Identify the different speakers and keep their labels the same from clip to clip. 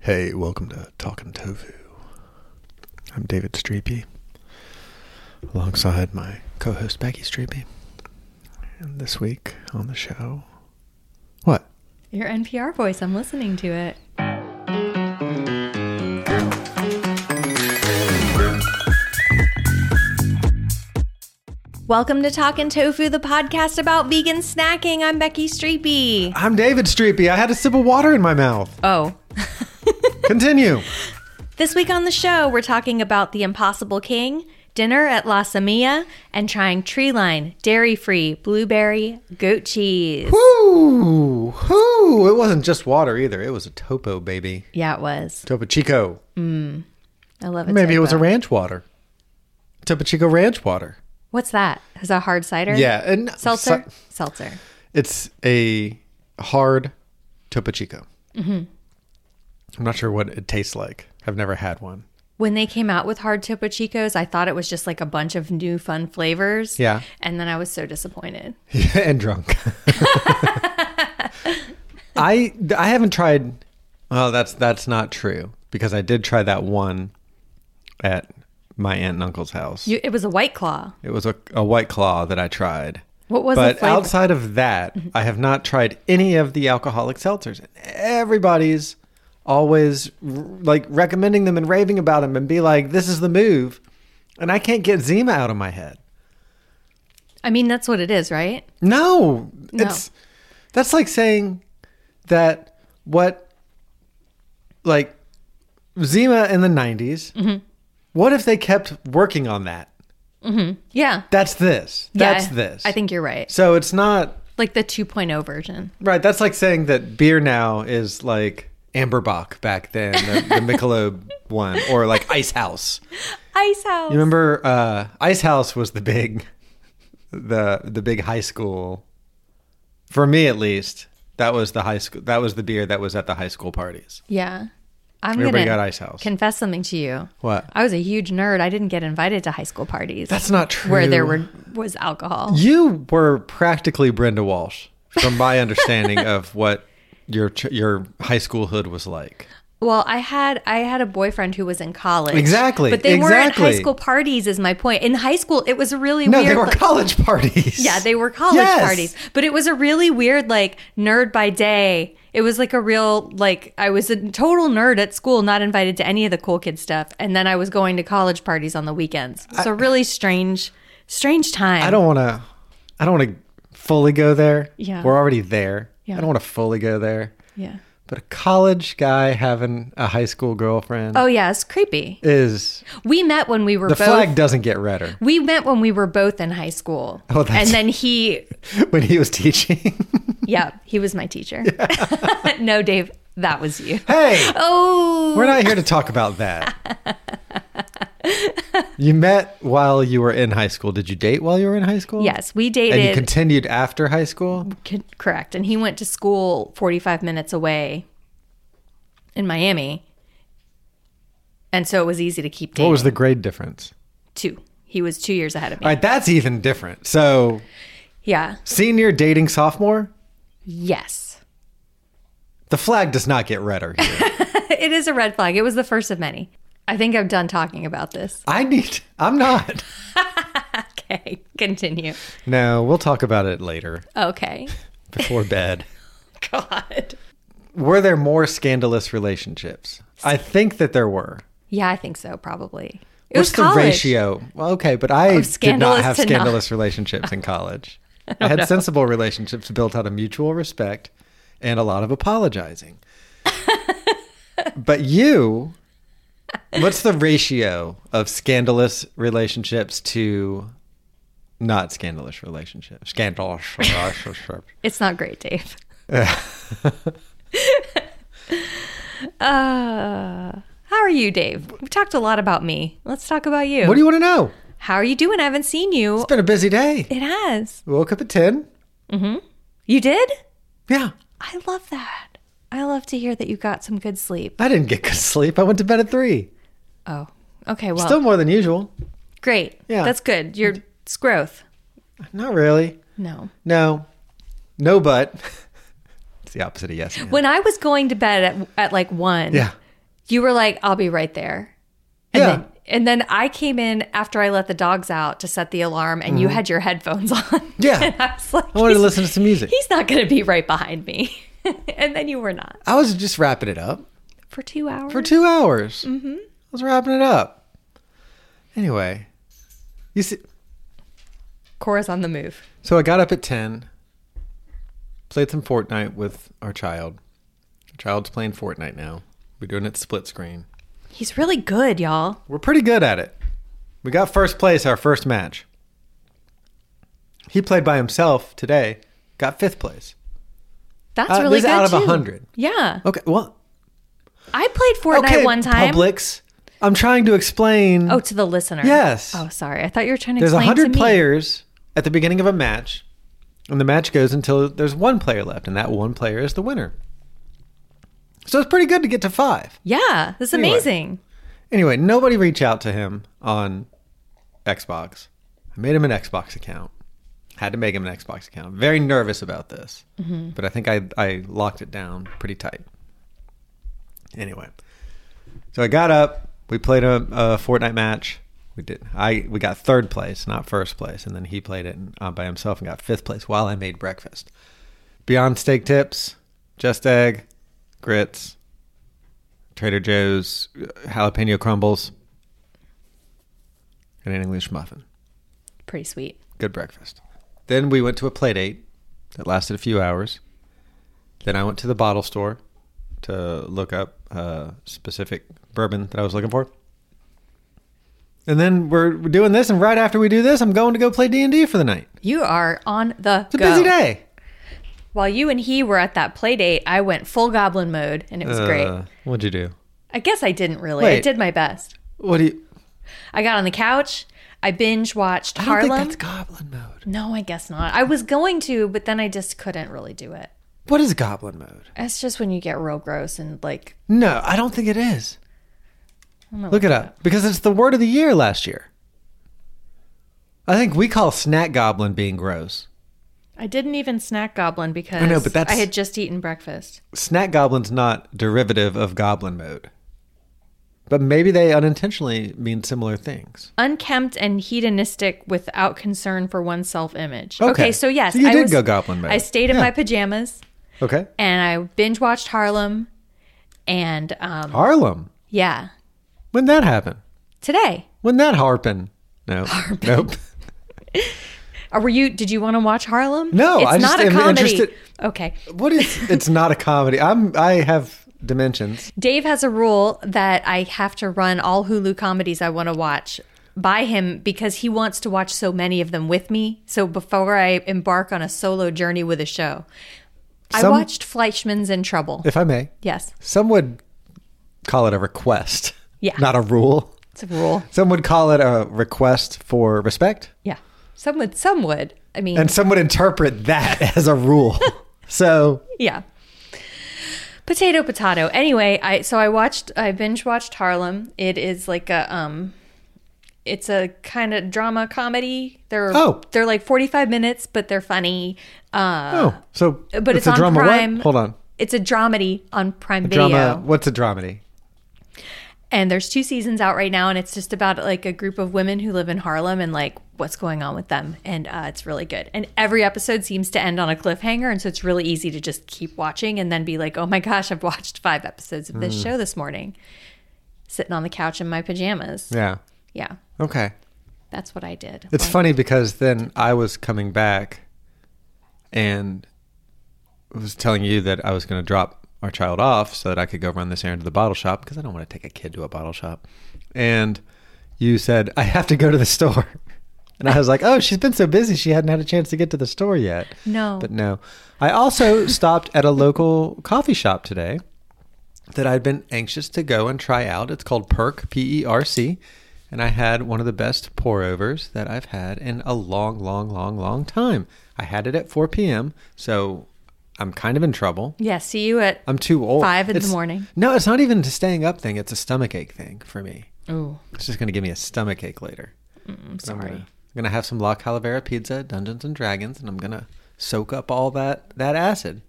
Speaker 1: Hey, welcome to Talking Tofu. I'm David Streepy, alongside my co host Becky Streepy. And this week on the show, what?
Speaker 2: Your NPR voice. I'm listening to it. Welcome to Talkin' Tofu, the podcast about vegan snacking. I'm Becky Streepy.
Speaker 1: I'm David Streepy. I had a sip of water in my mouth.
Speaker 2: Oh,
Speaker 1: Continue.
Speaker 2: this week on the show, we're talking about the Impossible King, dinner at La Samia, and trying tree line, dairy free, blueberry, goat cheese.
Speaker 1: Whoo! Whoo! It wasn't just water either. It was a topo, baby.
Speaker 2: Yeah, it was.
Speaker 1: Topo Chico.
Speaker 2: I love it.
Speaker 1: Maybe it was a
Speaker 2: ranch.
Speaker 1: ranch water. Topo Chico ranch water.
Speaker 2: What's that? Is that hard cider?
Speaker 1: Yeah, and
Speaker 2: Seltzer?
Speaker 1: si-
Speaker 2: Seltzer.
Speaker 1: It's a hard Topo Chico. I'm not sure what it tastes like. I've never had one.
Speaker 2: When they came out with hard Topo Chicos, I thought it was just like a bunch of new fun flavors.
Speaker 1: Yeah.
Speaker 2: And then I was so disappointed.
Speaker 1: and drunk. I I haven't tried. Well, that's that's not true because I did try that one at my aunt and uncle's house.
Speaker 2: You, it was a White Claw.
Speaker 1: it was a, a white claw that I tried.
Speaker 2: What was
Speaker 1: but
Speaker 2: the flavor? Mm-hmm.
Speaker 1: outside of that, I have not tried any of the alcoholic seltzers. Everybody's always r- like recommending them and raving about them and be like, "This is the move," and I can't get Zima out of my head.
Speaker 2: I mean, that's what it is, right?
Speaker 1: No, it's that's like saying that what like Zima in the 90s.
Speaker 2: Mm-hmm.
Speaker 1: What if they kept working on that?
Speaker 2: Yeah.
Speaker 1: That's this.
Speaker 2: Yeah,
Speaker 1: That's
Speaker 2: I-
Speaker 1: this.
Speaker 2: I think you're right.
Speaker 1: So it's not
Speaker 2: Like the 2.0 version.
Speaker 1: right. That's like saying that beer now is like Amberbach back then, the, the Michelob one, or like Ice House.
Speaker 2: Ice House.
Speaker 1: You remember uh, Ice House was the big, the the big high school. For me, at least, that was the high school. That was the beer that was at the high school parties.
Speaker 2: Yeah. I'm
Speaker 1: Everybody got
Speaker 2: gonna
Speaker 1: Ice House.
Speaker 2: confess something to you.
Speaker 1: What?
Speaker 2: I was a huge nerd. I didn't get invited to high school parties.
Speaker 1: That's not true.
Speaker 2: where there were was alcohol.
Speaker 1: you were practically Brenda Walsh, from my understanding of what your ch- your high school hood was like.
Speaker 2: Well, I had I had a boyfriend who was in college.
Speaker 1: Exactly,
Speaker 2: But they weren't
Speaker 1: exactly.
Speaker 2: high school parties is my point. In high school it was a really
Speaker 1: No,
Speaker 2: weird
Speaker 1: they were
Speaker 2: like-
Speaker 1: college parties.
Speaker 2: Yeah, they were college
Speaker 1: Yes.
Speaker 2: parties. But it was a really weird like nerd by day. It was like a real like I was a total nerd at school, not invited to any of the cool kid stuff, and then I was going to college parties on the weekends. It's a really strange strange time.
Speaker 1: I don't want to. I don't want to fully go there.
Speaker 2: Yeah.
Speaker 1: we're already there.
Speaker 2: Yeah.
Speaker 1: I don't want to fully go there.
Speaker 2: Yeah.
Speaker 1: But a college guy having a high school girlfriend
Speaker 2: Oh yeah, it's creepy.
Speaker 1: is
Speaker 2: We met when we were
Speaker 1: the
Speaker 2: both
Speaker 1: flag doesn't get redder
Speaker 2: we met when we were both in high school.
Speaker 1: Oh, that's-
Speaker 2: and then he
Speaker 1: when he was teaching.
Speaker 2: Yeah, he was my teacher. no, Dave, that was you.
Speaker 1: hey,
Speaker 2: Oh,
Speaker 1: we're not here to talk about that. you met while you were in high school. Did you date while you were in high school?
Speaker 2: yes, we
Speaker 1: And you
Speaker 2: dated.
Speaker 1: continued after high school?
Speaker 2: C- correct, and he went to school forty-five minutes away in Miami, and so it was easy to keep dating.
Speaker 1: What was the grade difference?
Speaker 2: two? He was two years ahead of me.
Speaker 1: All right, that's even different. So,
Speaker 2: yeah.
Speaker 1: senior dating sophomore,
Speaker 2: Yes,
Speaker 1: the flag does not get redder here.
Speaker 2: it is a red flag. It was the first of many. I think I'm done talking about this.
Speaker 1: I need, I'm not.
Speaker 2: Okay, continue.
Speaker 1: No, we'll talk about it later
Speaker 2: Okay.
Speaker 1: before bed.
Speaker 2: God.
Speaker 1: Were there more scandalous relationships? I think that there were.
Speaker 2: Yeah, I think so, probably. It
Speaker 1: What's
Speaker 2: was
Speaker 1: the
Speaker 2: college.
Speaker 1: ratio? Well, okay, but I did not
Speaker 2: scandalous
Speaker 1: have
Speaker 2: to not-
Speaker 1: scandalous relationships in college. I, had sensible relationships built out of mutual respect and a lot of apologizing. but you, what's the ratio of scandalous relationships to not scandalous relationships? Scandalous relationships.
Speaker 2: It's not great, Dave. uh, how are you, Dave? We've talked a lot about me. Let's talk about you.
Speaker 1: what do you want to know?
Speaker 2: how are you doing? I haven't seen you.
Speaker 1: It's been a busy day.
Speaker 2: It has.
Speaker 1: Woke up at 10.
Speaker 2: You did?
Speaker 1: Yeah.
Speaker 2: I love that. I love to hear that you got some good sleep.
Speaker 1: I didn't get good sleep. I went to bed at 3.
Speaker 2: Oh, okay. Well,
Speaker 1: Still more than usual.
Speaker 2: great.
Speaker 1: Yeah.
Speaker 2: That's good. Your it's growth.
Speaker 1: Not really.
Speaker 2: No.
Speaker 1: No. No, but it's the opposite of yes. and
Speaker 2: When I was going to bed at, at like one,
Speaker 1: Yeah.
Speaker 2: you were like, I'll be right there. And
Speaker 1: Yeah.
Speaker 2: Then, and then I came in after I let the dogs out to set the alarm, and you had your headphones on.
Speaker 1: Mm-hmm. Yeah.
Speaker 2: and I was like,
Speaker 1: I wanted to
Speaker 2: "He's-
Speaker 1: listen to some music.
Speaker 2: He's not going to be right behind me. and then you were not
Speaker 1: I was just wrapping it up
Speaker 2: for two hours.
Speaker 1: for two hours. Mm-hmm. I was wrapping it up. Anyway, you see,
Speaker 2: Cora's on the move.
Speaker 1: so I got up at 10, played some Fortnite with our child. Our child's playing Fortnite now. We're doing it split screen.
Speaker 2: He's really good, y'all.
Speaker 1: We're pretty good at it. We got first place our first match. He played by himself today, got fifth place.
Speaker 2: That's
Speaker 1: Uh,
Speaker 2: really
Speaker 1: this is
Speaker 2: good.
Speaker 1: out of
Speaker 2: too.
Speaker 1: 100.
Speaker 2: Yeah.
Speaker 1: Okay, well,
Speaker 2: I played Fortnite
Speaker 1: okay,
Speaker 2: one time.
Speaker 1: Publix. I'm trying to explain.
Speaker 2: Oh, to the listener.
Speaker 1: Yes.
Speaker 2: Oh, sorry. I thought you were trying to
Speaker 1: there's
Speaker 2: explain to
Speaker 1: hundred
Speaker 2: me.
Speaker 1: players at the beginning of a match, and the match goes until there's one player left, and that one player is the winner. So it's pretty good to get to five.
Speaker 2: Yeah. This is
Speaker 1: Anyway.
Speaker 2: amazing.
Speaker 1: Anyway, nobody reach out to him on Xbox. I made him an Xbox account. Had to make him an Xbox account. I'm very nervous about this, but I think I, I locked it down pretty tight. Anyway, so I got up. We played a, a Fortnite match. We did. I we got third place, not first place, and then he played it uh, by himself and got fifth place while I made breakfast. Beyond steak tips, just egg, grits, Trader Joe's uh, jalapeno crumbles, and an English muffin.
Speaker 2: Pretty sweet.
Speaker 1: Good breakfast. Then we went to a play date that lasted a few hours. Then I went to the bottle store to look up a specific bourbon that I was looking for. And then we're we're doing this, and right after we do this, I'm going to go play D and D for the night.
Speaker 2: You are on the
Speaker 1: It's a
Speaker 2: go.
Speaker 1: busy day.
Speaker 2: While you and he were at that play date, I went full goblin mode and it was great.
Speaker 1: Uh, what'd you do?
Speaker 2: I guess I didn't really. I
Speaker 1: wait.
Speaker 2: did my best.
Speaker 1: What do you?
Speaker 2: I got on the couch. I binge watched
Speaker 1: I don't
Speaker 2: Harlem.
Speaker 1: think that's Goblin mode.
Speaker 2: no, I guess not. I was going to, but then I just couldn't really do it.
Speaker 1: What is Goblin mode?
Speaker 2: That's just when you get real gross and like
Speaker 1: No, I don't think it is.
Speaker 2: gonna
Speaker 1: Look it up because it's the word of the year last year. I think we call snack goblin being gross.
Speaker 2: I didn't even snack goblin because
Speaker 1: I know, but that's-
Speaker 2: I had just eaten breakfast.
Speaker 1: Snack goblin's not derivative of goblin mode. But maybe they unintentionally mean similar things.
Speaker 2: Unkempt and hedonistic without concern for one's self image.
Speaker 1: Okay.
Speaker 2: Okay. so yes,
Speaker 1: So you
Speaker 2: I
Speaker 1: did
Speaker 2: was,
Speaker 1: go goblin mode.
Speaker 2: I stayed in
Speaker 1: Yeah.
Speaker 2: my pajamas
Speaker 1: Okay.
Speaker 2: and I binge watched Harlem and um
Speaker 1: Harlem.
Speaker 2: yeah.
Speaker 1: When that happen?
Speaker 2: Today.
Speaker 1: When that harpin? No. Nope.
Speaker 2: Or Uh, were you did you want to watch Harlem?
Speaker 1: No,
Speaker 2: it's
Speaker 1: I just
Speaker 2: not a
Speaker 1: am
Speaker 2: comedy.
Speaker 1: interested-
Speaker 2: Okay.
Speaker 1: What is it's not a comedy. I'm I have dimensions.
Speaker 2: Dave has a rule that I have to run all Hulu comedies I want to watch by him because he wants to watch so many of them with me. So before I embark on a solo journey with a show, I
Speaker 1: Some-
Speaker 2: watched Fleischman's in Trouble.
Speaker 1: If I may.
Speaker 2: yes,
Speaker 1: Some would call it a request.
Speaker 2: Yeah.
Speaker 1: Not a rule.
Speaker 2: it's a rule.
Speaker 1: Some would call it a request for respect.
Speaker 2: Yeah, some would, some would. I mean,
Speaker 1: And some would interpret that as a rule. so
Speaker 2: yeah. Potato, potato. Anyway, I so I watched, I binge watched Harlem. It is like a um, it's a kind of drama comedy. They're
Speaker 1: Oh.
Speaker 2: they're like forty five minutes, but they're funny. Uh,
Speaker 1: oh, so
Speaker 2: but it's,
Speaker 1: a
Speaker 2: on
Speaker 1: drama. what?
Speaker 2: Prime.
Speaker 1: Hold on,
Speaker 2: It's a dramedy on Prime Video.
Speaker 1: drama. What's a dramedy?
Speaker 2: and there's two seasons out right now and it's just about like a group of women who live in harlem and like what's going on with them and uh, it's really good and every episode seems to end on a cliffhanger and so it's really easy to just keep watching and then be like oh my gosh i've watched five episodes of this show this morning sitting on the couch in my pajamas yeah,
Speaker 1: Yeah. Okay.
Speaker 2: that's what i did
Speaker 1: It's funny because then I was coming back and was telling you that I was going to drop our child off so that I could go run this errand to the bottle shop because I don't want to take a kid to a bottle shop. And you said, I have to go to the store. And I was like, oh, she's been so busy, she hadn't had a chance to get to the store yet.
Speaker 2: no
Speaker 1: But no. I also stopped at a local coffee shop today that I'd been anxious to go and try out. It's called Perk, P E R C. And I had one of the best pour overs that I've had in a long, long, long, long time. I had it at 4 p.m., so I'm kind of in trouble.
Speaker 2: yeah see you at
Speaker 1: I'm too old.
Speaker 2: Five in the
Speaker 1: It's-
Speaker 2: morning.
Speaker 1: No, it's not even a staying up thing. It's a stomach ache thing for me.
Speaker 2: oh
Speaker 1: It's just going to give me a stomach ache later.
Speaker 2: i'm
Speaker 1: I'm
Speaker 2: sorry
Speaker 1: gonna, I'm gonna have some La Calavera pizza, Dungeons and Dragons, and I'm gonna soak up all that that acid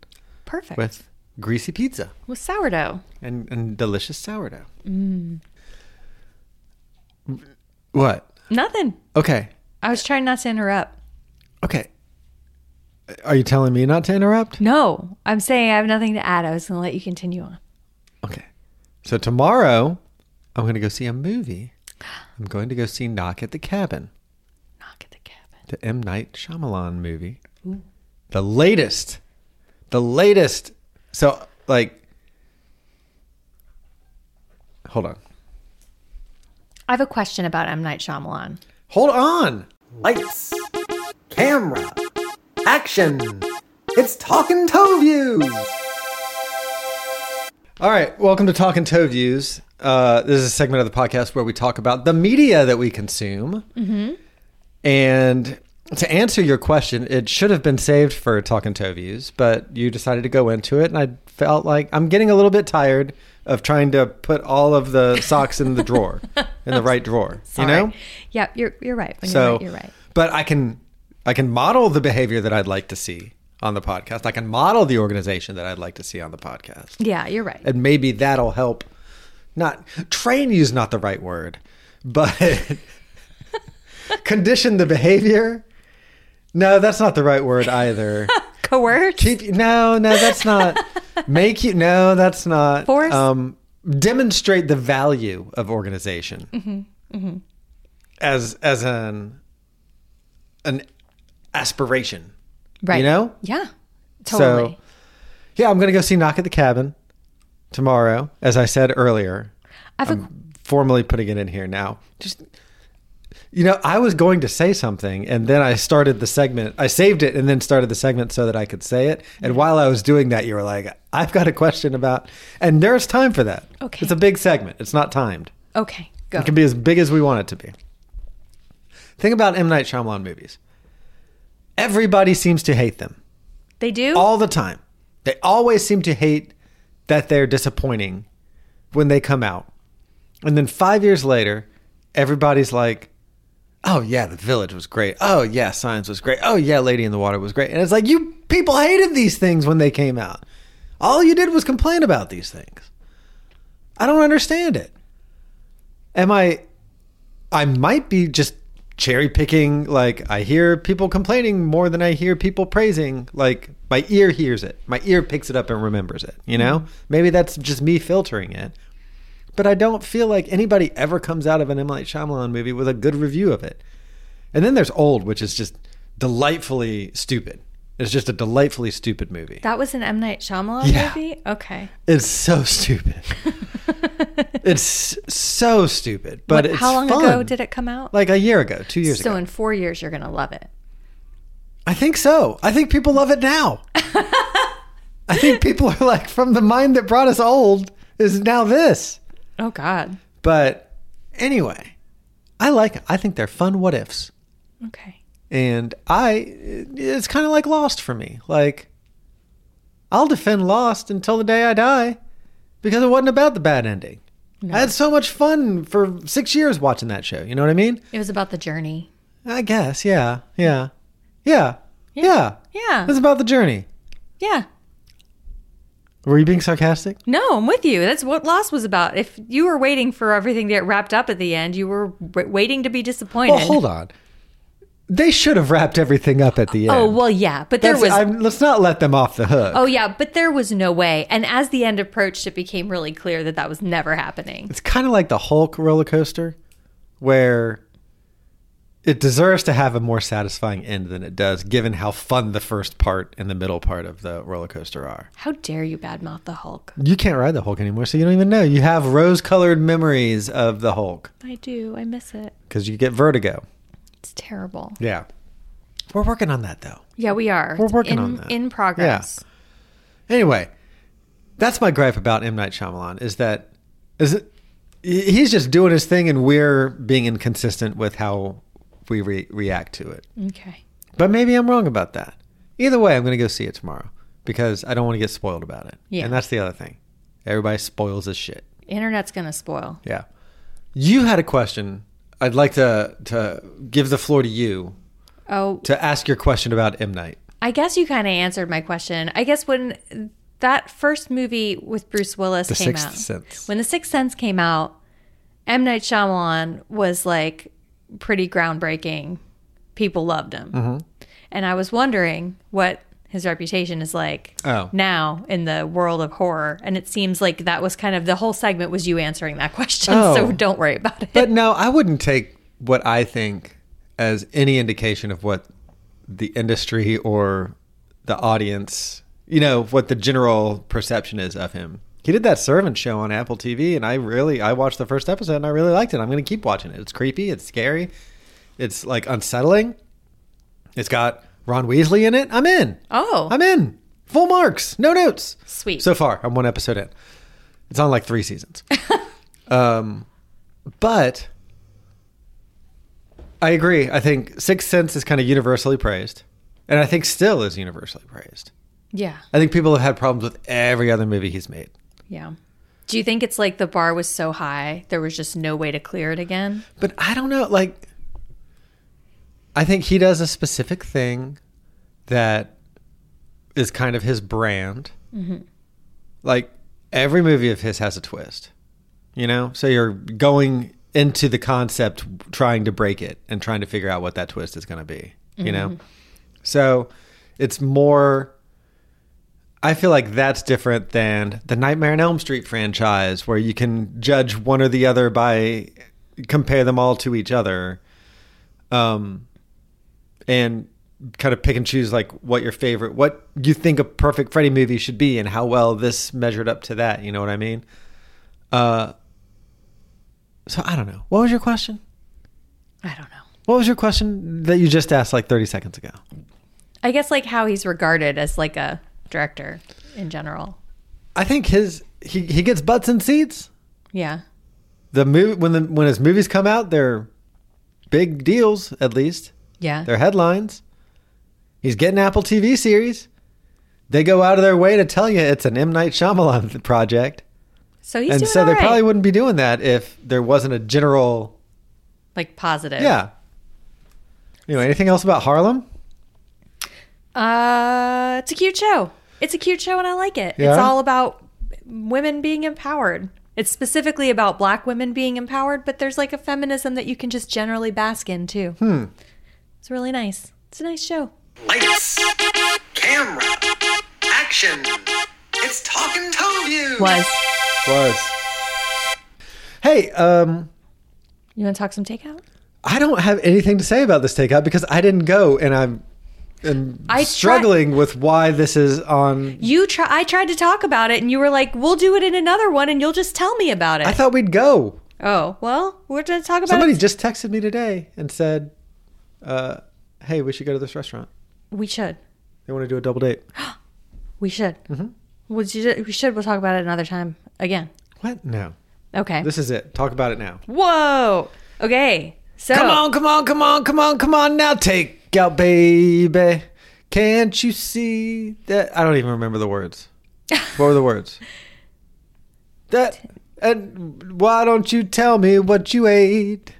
Speaker 2: perfect with,
Speaker 1: with greasy pizza
Speaker 2: sourdough
Speaker 1: and, and delicious sourdough. What?
Speaker 2: nothing
Speaker 1: Okay,
Speaker 2: i was trying not to interrupt
Speaker 1: okay. Are you telling me not to interrupt?
Speaker 2: no i'm saying i have nothing to add i was gonna let you continue on
Speaker 1: Okay. So tomorrow, I'm gonna go see a movie. I'm going to go see Knock at the Cabin,
Speaker 2: knock at the cabin
Speaker 1: the M Night Shyamalan movie, the latest, the latest. So like, hold on.
Speaker 2: i have a question about m night Shyamalan.
Speaker 1: Hold on.
Speaker 3: Lights, camera, action. It's Talking Toe Views.
Speaker 1: All right. Welcome to Talking Toe Views. Uh, this is a segment of the podcast where we talk about the media that we consume. Mm-hmm. And to answer your question, it should have been saved for Talking Toe Views, but you decided to go into it. And I felt like I'm getting a little bit tired of trying to put all of the socks in the drawer, in the right drawer. You know?
Speaker 2: yeah you're, you're right when
Speaker 1: So
Speaker 2: you're right you're right
Speaker 1: But I can I can model the behavior that I'd like to see on the podcast. I can model the organization that I'd like to see on the podcast.
Speaker 2: yeah you're right
Speaker 1: And maybe that'll help not train you is not the right word, but condition the behavior. No, that's not the right word either.
Speaker 2: coerced
Speaker 1: Keep no, no, that's not make you no, that's not
Speaker 2: Force?
Speaker 1: Um, demonstrate the value of organization
Speaker 2: Mm-hmm,
Speaker 1: as as an an aspiration.
Speaker 2: right
Speaker 1: You know?
Speaker 2: yeah totally
Speaker 1: So, yeah, I'm gonna go see Knock at the Cabin tomorrow, as I said earlier.
Speaker 2: i
Speaker 1: um,
Speaker 2: have a
Speaker 1: formally putting it in here now. Just you know, I was going to say something and then I started the segment. I saved it and then started the segment so that I could say it. And while I was doing that, you were like, I've got a question about and there's time for that.
Speaker 2: Okay.
Speaker 1: It's a big segment. It's not timed.
Speaker 2: okay go
Speaker 1: It can be as big as we want it to be. Think about M Night Shyamalan movies. Everybody seems to hate them
Speaker 2: they do
Speaker 1: all the time. They always seem to hate that they're disappointing when they come out. And then five years later, everybody's like, oh, yeah, The Village was great. Oh, yeah, Science was great. Oh, yeah, Lady in the Water was great. And it's like, you people hated these things when they came out. All you did was complain about these things. I don't understand it. Am I I might be just cherry picking. Like I hear people complaining more than I hear people praising. Like my ear hears it. My ear picks it up and remembers it. You know,
Speaker 2: Mm-hmm.
Speaker 1: maybe that's just me filtering it. But I don't feel like anybody ever comes out of an M. Night Shyamalan movie with a good review of it. And then there's Old, which is just delightfully stupid. It's just a delightfully stupid movie.
Speaker 2: that was an m night Shyamalan
Speaker 1: Yeah.
Speaker 2: movie okay
Speaker 1: It's so stupid. it's so stupid. But
Speaker 2: What-
Speaker 1: it's
Speaker 2: how long
Speaker 1: fun.
Speaker 2: ago did it come out
Speaker 1: Like a year ago, two years
Speaker 2: so
Speaker 1: ago.
Speaker 2: in four years you're gonna love it
Speaker 1: I think so. I think people love it now. I think people are like, from the mind that brought us old is now this.
Speaker 2: oh god
Speaker 1: But anyway, I like it. I think they're fun what ifs.
Speaker 2: okay
Speaker 1: And I, it's kind of like Lost for me. Like, I'll defend Lost until the day I die because it wasn't about the bad ending. I had so much fun for six years watching that show. You know what I mean?
Speaker 2: it was about the journey
Speaker 1: I guess. Yeah. Yeah. Yeah. Yeah.
Speaker 2: yeah
Speaker 1: It's about the journey.
Speaker 2: yeah
Speaker 1: Were you being sarcastic?
Speaker 2: No, I'm with you. That's what Lost was about. If you were waiting for everything to get wrapped up at the end, you were w- waiting to be disappointed.
Speaker 1: Well, hold on. They should have wrapped everything up at the end.
Speaker 2: Oh, well, yeah, but there
Speaker 1: That's-
Speaker 2: was.
Speaker 1: I'm- let's not let them off the hook.
Speaker 2: Oh yeah, but there was no way. And as the end approached, it became really clear that that was never happening.
Speaker 1: It's kind of like the Hulk roller coaster, where it deserves to have a more satisfying end than it does, given how fun the first part and the middle part of the roller coaster are.
Speaker 2: How dare you badmouth the Hulk?
Speaker 1: You can't ride the Hulk anymore, so you don't even know. You have rose colored memories of the Hulk
Speaker 2: I do. I miss it.
Speaker 1: because you get vertigo.
Speaker 2: It's terrible.
Speaker 1: Yeah. We're working on that, though.
Speaker 2: Yeah, we are.
Speaker 1: We're working
Speaker 2: in,
Speaker 1: on that.
Speaker 2: In progress.
Speaker 1: Anyway, that's my gripe about M. Night Shyamalan is that is it, he's just doing his thing and we're being inconsistent with how we re- react to it.
Speaker 2: Okay.
Speaker 1: But maybe I'm wrong about that. Either way, I'm going to go see it tomorrow because I don't want to get spoiled about it.
Speaker 2: Yeah.
Speaker 1: And that's the other thing. Everybody spoils this shit.
Speaker 2: Internet's gonna spoil.
Speaker 1: Yeah. You had a question. I'd like to to give the floor to you
Speaker 2: Oh,
Speaker 1: to ask your question about M Night.
Speaker 2: I guess you kind of answered my question. I guess when that first movie with Bruce Willis
Speaker 1: The
Speaker 2: came
Speaker 1: Sixth
Speaker 2: out,
Speaker 1: Sense.
Speaker 2: when The Sixth Sense came out, M. Night Shyamalan was like pretty groundbreaking. People loved him.
Speaker 1: Mm-hmm.
Speaker 2: And I was wondering what his reputation is like
Speaker 1: Oh.
Speaker 2: now in the world of horror. And it seems like that was kind of the whole segment was you answering that question.
Speaker 1: Oh.
Speaker 2: So don't worry about it.
Speaker 1: But no, I wouldn't take what I think as any indication of what the industry or the audience, you know, what the general perception is of him. He did that servant show on Apple TV, and I really, I watched the first episode and I really liked it. I'm going to keep watching it. It's creepy, it's scary, it's like unsettling. It's got Ron Weasley in it. I'm in.
Speaker 2: Oh.
Speaker 1: I'm in. Full marks, no notes.
Speaker 2: Sweet.
Speaker 1: So far, I'm one episode in. It's on like three seasons. um, but I agree. I think Sixth Sense is kind of universally praised, and I think still is universally praised.
Speaker 2: yeah.
Speaker 1: I think people have had problems with every other movie he's made.
Speaker 2: Yeah. Do you think it's like the bar was so high, there was just no way to clear it again?
Speaker 1: But I don't know. Like, I think he does a specific thing that is kind of his brand. Like every movie of his has a twist, you know. So you're going into the concept, trying to break it, and trying to figure out what that twist is going to be, you know. So it's more. I feel like that's different than the Nightmare on Elm Street franchise, where you can judge one or the other by compare them all to each other, um, and kind of pick and choose like what your favorite, what you think a perfect Freddy movie should be, and how well this measured up to that. You know what I mean? Uh, so I don't know. What was your question?
Speaker 2: I don't know.
Speaker 1: What was your question that you just asked like thirty seconds ago?
Speaker 2: I guess like how he's regarded as like a director in general.
Speaker 1: I think his he he gets butts and seats.
Speaker 2: Yeah.
Speaker 1: the movie when the when his movies come out, they're big deals. At least
Speaker 2: Yeah.
Speaker 1: they're headlines. He's getting Apple TV series. They go out of their way to tell you it's an M Night Shyamalan project,
Speaker 2: So he's
Speaker 1: and
Speaker 2: doing
Speaker 1: so
Speaker 2: all
Speaker 1: they
Speaker 2: right.
Speaker 1: probably wouldn't be doing that if there wasn't a general.
Speaker 2: like positive.
Speaker 1: Yeah. Anyway, anything else about Harlem?
Speaker 2: Uh it's a cute show. It's a cute show and I like it.
Speaker 1: Yeah?
Speaker 2: It's all about women being empowered. It's specifically about black women being empowered, but there's like a feminism that you can just generally bask in too. Hmm. It's really nice. It's a nice show.
Speaker 3: Lights, camera, action. It's talking toe you.
Speaker 2: Was
Speaker 1: Was. Hey, um,
Speaker 2: you want to talk some takeout?
Speaker 1: I don't have anything to say about this takeout because I didn't go, and I'm and
Speaker 2: I try-
Speaker 1: struggling with why this is on
Speaker 2: You try. I tried to talk about it, and you were like, "We'll do it in another one, and you'll just tell me about it."
Speaker 1: I thought we'd go.
Speaker 2: oh, well, we're going to talk about
Speaker 1: Somebody
Speaker 2: it.
Speaker 1: just texted me today and said, uh, "Hey, we should go to this restaurant.
Speaker 2: We should.
Speaker 1: They want to do a double date."
Speaker 2: We should.
Speaker 1: Mm-hmm.
Speaker 2: We should. We should. We'll talk about it another time again.
Speaker 1: What? No.
Speaker 2: Okay.
Speaker 1: This is it. Talk about it now.
Speaker 2: Whoa. Okay. So
Speaker 1: Come on, come on, come on, come on, come on now. Take out, baby. Can't you see that? I don't even remember the words. What were the words? That and why don't you tell me what you ate?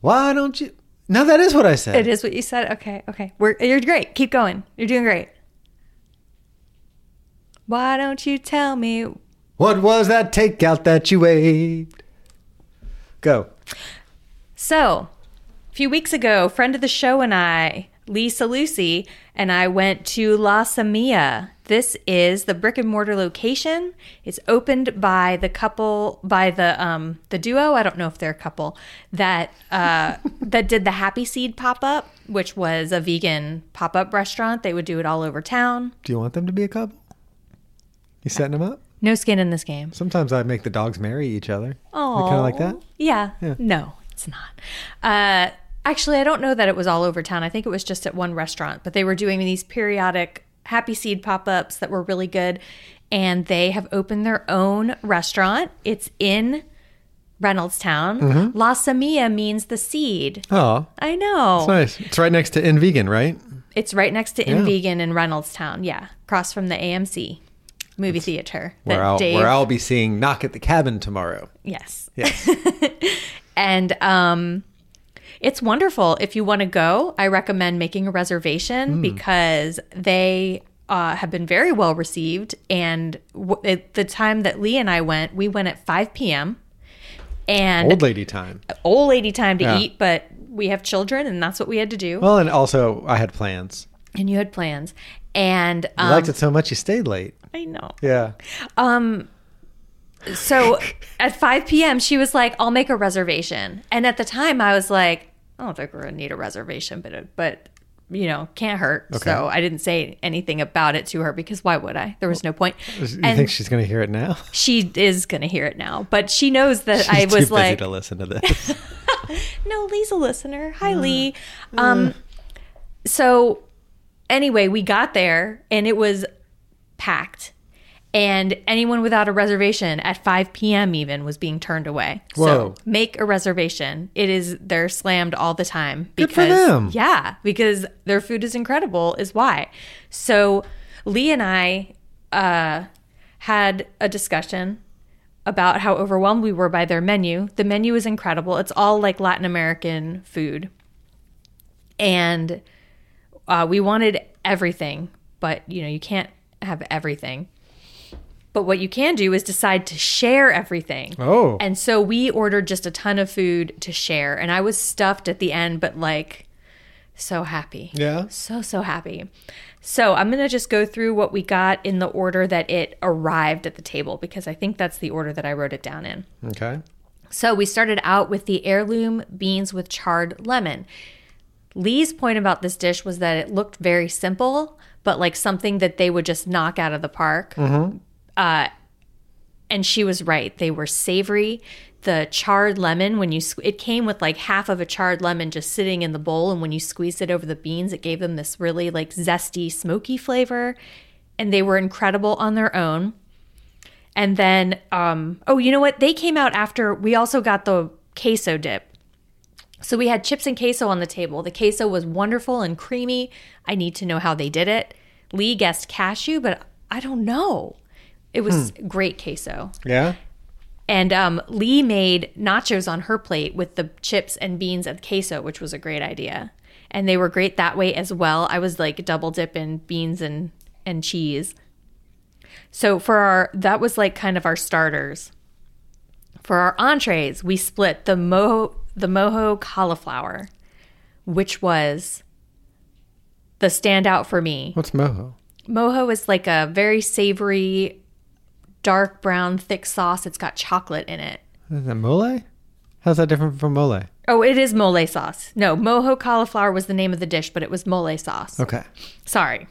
Speaker 1: Why don't you? No, that is what I said.
Speaker 2: It is what you said. Okay. Okay. We're. You're great. Keep going. You're doing great. Why don't you tell me?
Speaker 1: What was that takeout that you ate? Go.
Speaker 2: So, a few weeks ago, friend of the show and I, Lisa Lucy, and I went to La Samia. This is the brick and mortar location. It's opened by the couple, by the um, the duo. I don't know if they're a couple that uh, that did the Happy Seed pop up, which was a vegan pop up restaurant. They would do it all over town.
Speaker 1: Do you want them to be a couple? You setting them up?
Speaker 2: No skin in this game.
Speaker 1: Sometimes I make the dogs marry each other.
Speaker 2: Oh,
Speaker 1: kind of like that.
Speaker 2: Yeah. No, it's not. Uh, actually, I don't know that it was all over town. I think it was just at one restaurant, but they were doing these periodic happy seed pop ups that were really good. And they have opened their own restaurant. It's in Reynoldstown. La Samia means the seed.
Speaker 1: Oh,
Speaker 2: I know.
Speaker 1: it's nice. It's right next to In Vegan, right?
Speaker 2: It's right next to In Vegan in Reynoldstown. Yeah. Across from the AMC movie theater.
Speaker 1: Where
Speaker 2: that
Speaker 1: I'll,
Speaker 2: Dave-
Speaker 1: where I'll be seeing Knock at the Cabin tomorrow.
Speaker 2: Yes. and um, it's wonderful. If you want to go, I recommend making a
Speaker 1: Hmm.
Speaker 2: reservation because they uh, have been very well received. And w- at the time that Lee and I went, we went at 5 p.m. and
Speaker 1: Old
Speaker 2: old,
Speaker 1: lady time.
Speaker 2: lady time to
Speaker 1: Yeah.
Speaker 2: eat, but we have children and that's what we had to do.
Speaker 1: Well, and also I had plans.
Speaker 2: and you had plans. And
Speaker 1: You
Speaker 2: um,
Speaker 1: liked it so much you stayed late.
Speaker 2: I know.
Speaker 1: Yeah.
Speaker 2: So at 5 p.m., she was like, I'll make a reservation. And at the time, I was like, I don't think we're going to need a reservation, but, uh, but you know, can't hurt. So I didn't say anything about it to her because why would I? There was no point.
Speaker 1: You
Speaker 2: And
Speaker 1: think she's going to hear it now?
Speaker 2: she is going to hear it now, but she knows that I
Speaker 1: She's too
Speaker 2: was
Speaker 1: busy
Speaker 2: like,
Speaker 1: to listen to this.
Speaker 2: no, Lee's a listener. Hi, Lee. Um, so anyway, we got there and it was packed. And anyone without a reservation at 5 p.m. even was being turned away.
Speaker 1: Whoa.
Speaker 2: So make a reservation. It is they're slammed all the time
Speaker 1: Good for them.
Speaker 2: yeah, because their food is incredible is why. So Lee and I uh, had a discussion about how overwhelmed we were by their menu. The menu is incredible. It's all like Latin American food. And uh, we wanted everything, but you know, you can't have everything. But what you can do is decide to share everything.
Speaker 1: Oh.
Speaker 2: And so we ordered just a ton of food to share. And I was stuffed at the end, but like so happy.
Speaker 1: yeah.
Speaker 2: So, so happy. So, I'm going to just go through what we got in the order that it arrived at the table because I think that's the order that I wrote it down in.
Speaker 1: Okay.
Speaker 2: So, we started out with the heirloom beans with charred lemon. Lee's point about this dish was that it looked very simple, but like something that they would just knock out of the park. Uh, and she was right. They were savory. The charred lemon, when you sque- it came with like half of a charred lemon just sitting in the bowl, and when you squeezed it over the beans, it gave them this really like zesty, smoky flavor. And they were incredible on their own. And then, um, oh, you know what? They came out after we also got the queso dip. So we had chips and queso on the table. The queso was wonderful and creamy. I need to know how they did it. Lee guessed cashew, but I don't know. It was great queso.
Speaker 1: Yeah.
Speaker 2: And um, Lee made nachos on her plate with the chips and beans and queso, which was a great idea. And they were great that way as well. I was like double dipping beans and and cheese. So for our that was like kind of our starters. For our entrees, we split the moho the moho cauliflower, which was the standout for me.
Speaker 1: What's moho?
Speaker 2: Mojo is like a very savory, dark brown, thick sauce. It's got chocolate in it.
Speaker 1: Is that mole? How's that different from mole?
Speaker 2: Oh, it is mole sauce. No, mojo cauliflower was the name of the dish, but it was mole sauce.
Speaker 1: Okay.
Speaker 2: Sorry.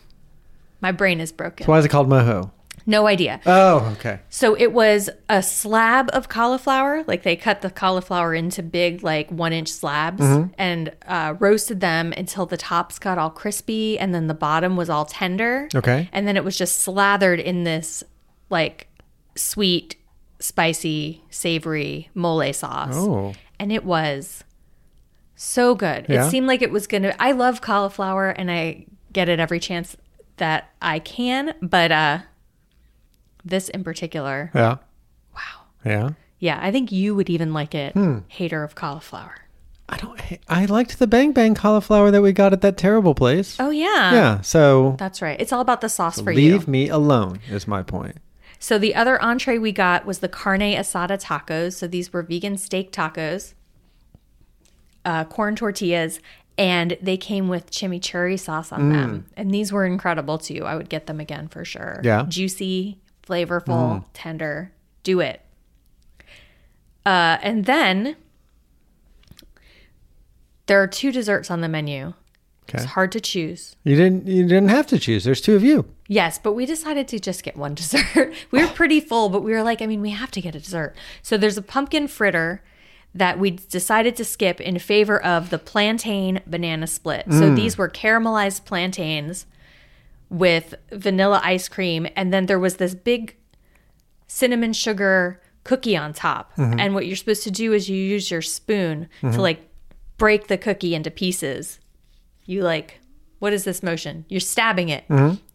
Speaker 2: My brain is broken.
Speaker 1: Why is it called moho?
Speaker 2: No idea.
Speaker 1: Oh, okay.
Speaker 2: So it was a slab of cauliflower. Like they cut the cauliflower into big, like one inch slabs
Speaker 1: Mm-hmm.
Speaker 2: and uh, roasted them until the tops got all crispy and then the bottom was all tender.
Speaker 1: Okay.
Speaker 2: And then it was just slathered in this, like, sweet, spicy, savory mole sauce.
Speaker 1: Oh.
Speaker 2: And it was so good.
Speaker 1: Yeah?
Speaker 2: It seemed like it was going to. I love cauliflower and I get it every chance that I can, but uh, this in particular.
Speaker 1: Yeah. Wow. Yeah.
Speaker 2: Hmm. Yeah, I think you would even like it. Hater of cauliflower.
Speaker 1: I don't Hey, I liked the bang bang cauliflower that we got at that terrible place.
Speaker 2: Oh yeah.
Speaker 1: yeah, so
Speaker 2: That's right. It's all about the sauce for you.
Speaker 1: leave me alone is my point.
Speaker 2: So the other entree we got was the carne asada tacos. So these were vegan steak tacos, uh, corn tortillas, and they came with chimichurri sauce on them. And these were incredible too. I would get them again for sure.
Speaker 1: Mm. Yeah. Mm-hmm.
Speaker 2: Juicy, flavorful, tender. Do it. Uh, and then there are two desserts on the menu.
Speaker 1: Okay.
Speaker 2: It's hard to choose.
Speaker 1: You didn't you didn't have to choose. There's two of you.
Speaker 2: Yes, but we decided to just get one dessert. we were pretty full, but we were like, I mean, we have to get a dessert. So there's a pumpkin fritter that we decided to skip in favor of the plantain banana split. So these were caramelized plantains with vanilla ice cream and then there was this big cinnamon sugar cookie on top.
Speaker 1: Mm-hmm.
Speaker 2: And what you're supposed to do is you use your spoon to like break the cookie into pieces. You like, what is this motion? You're stabbing it,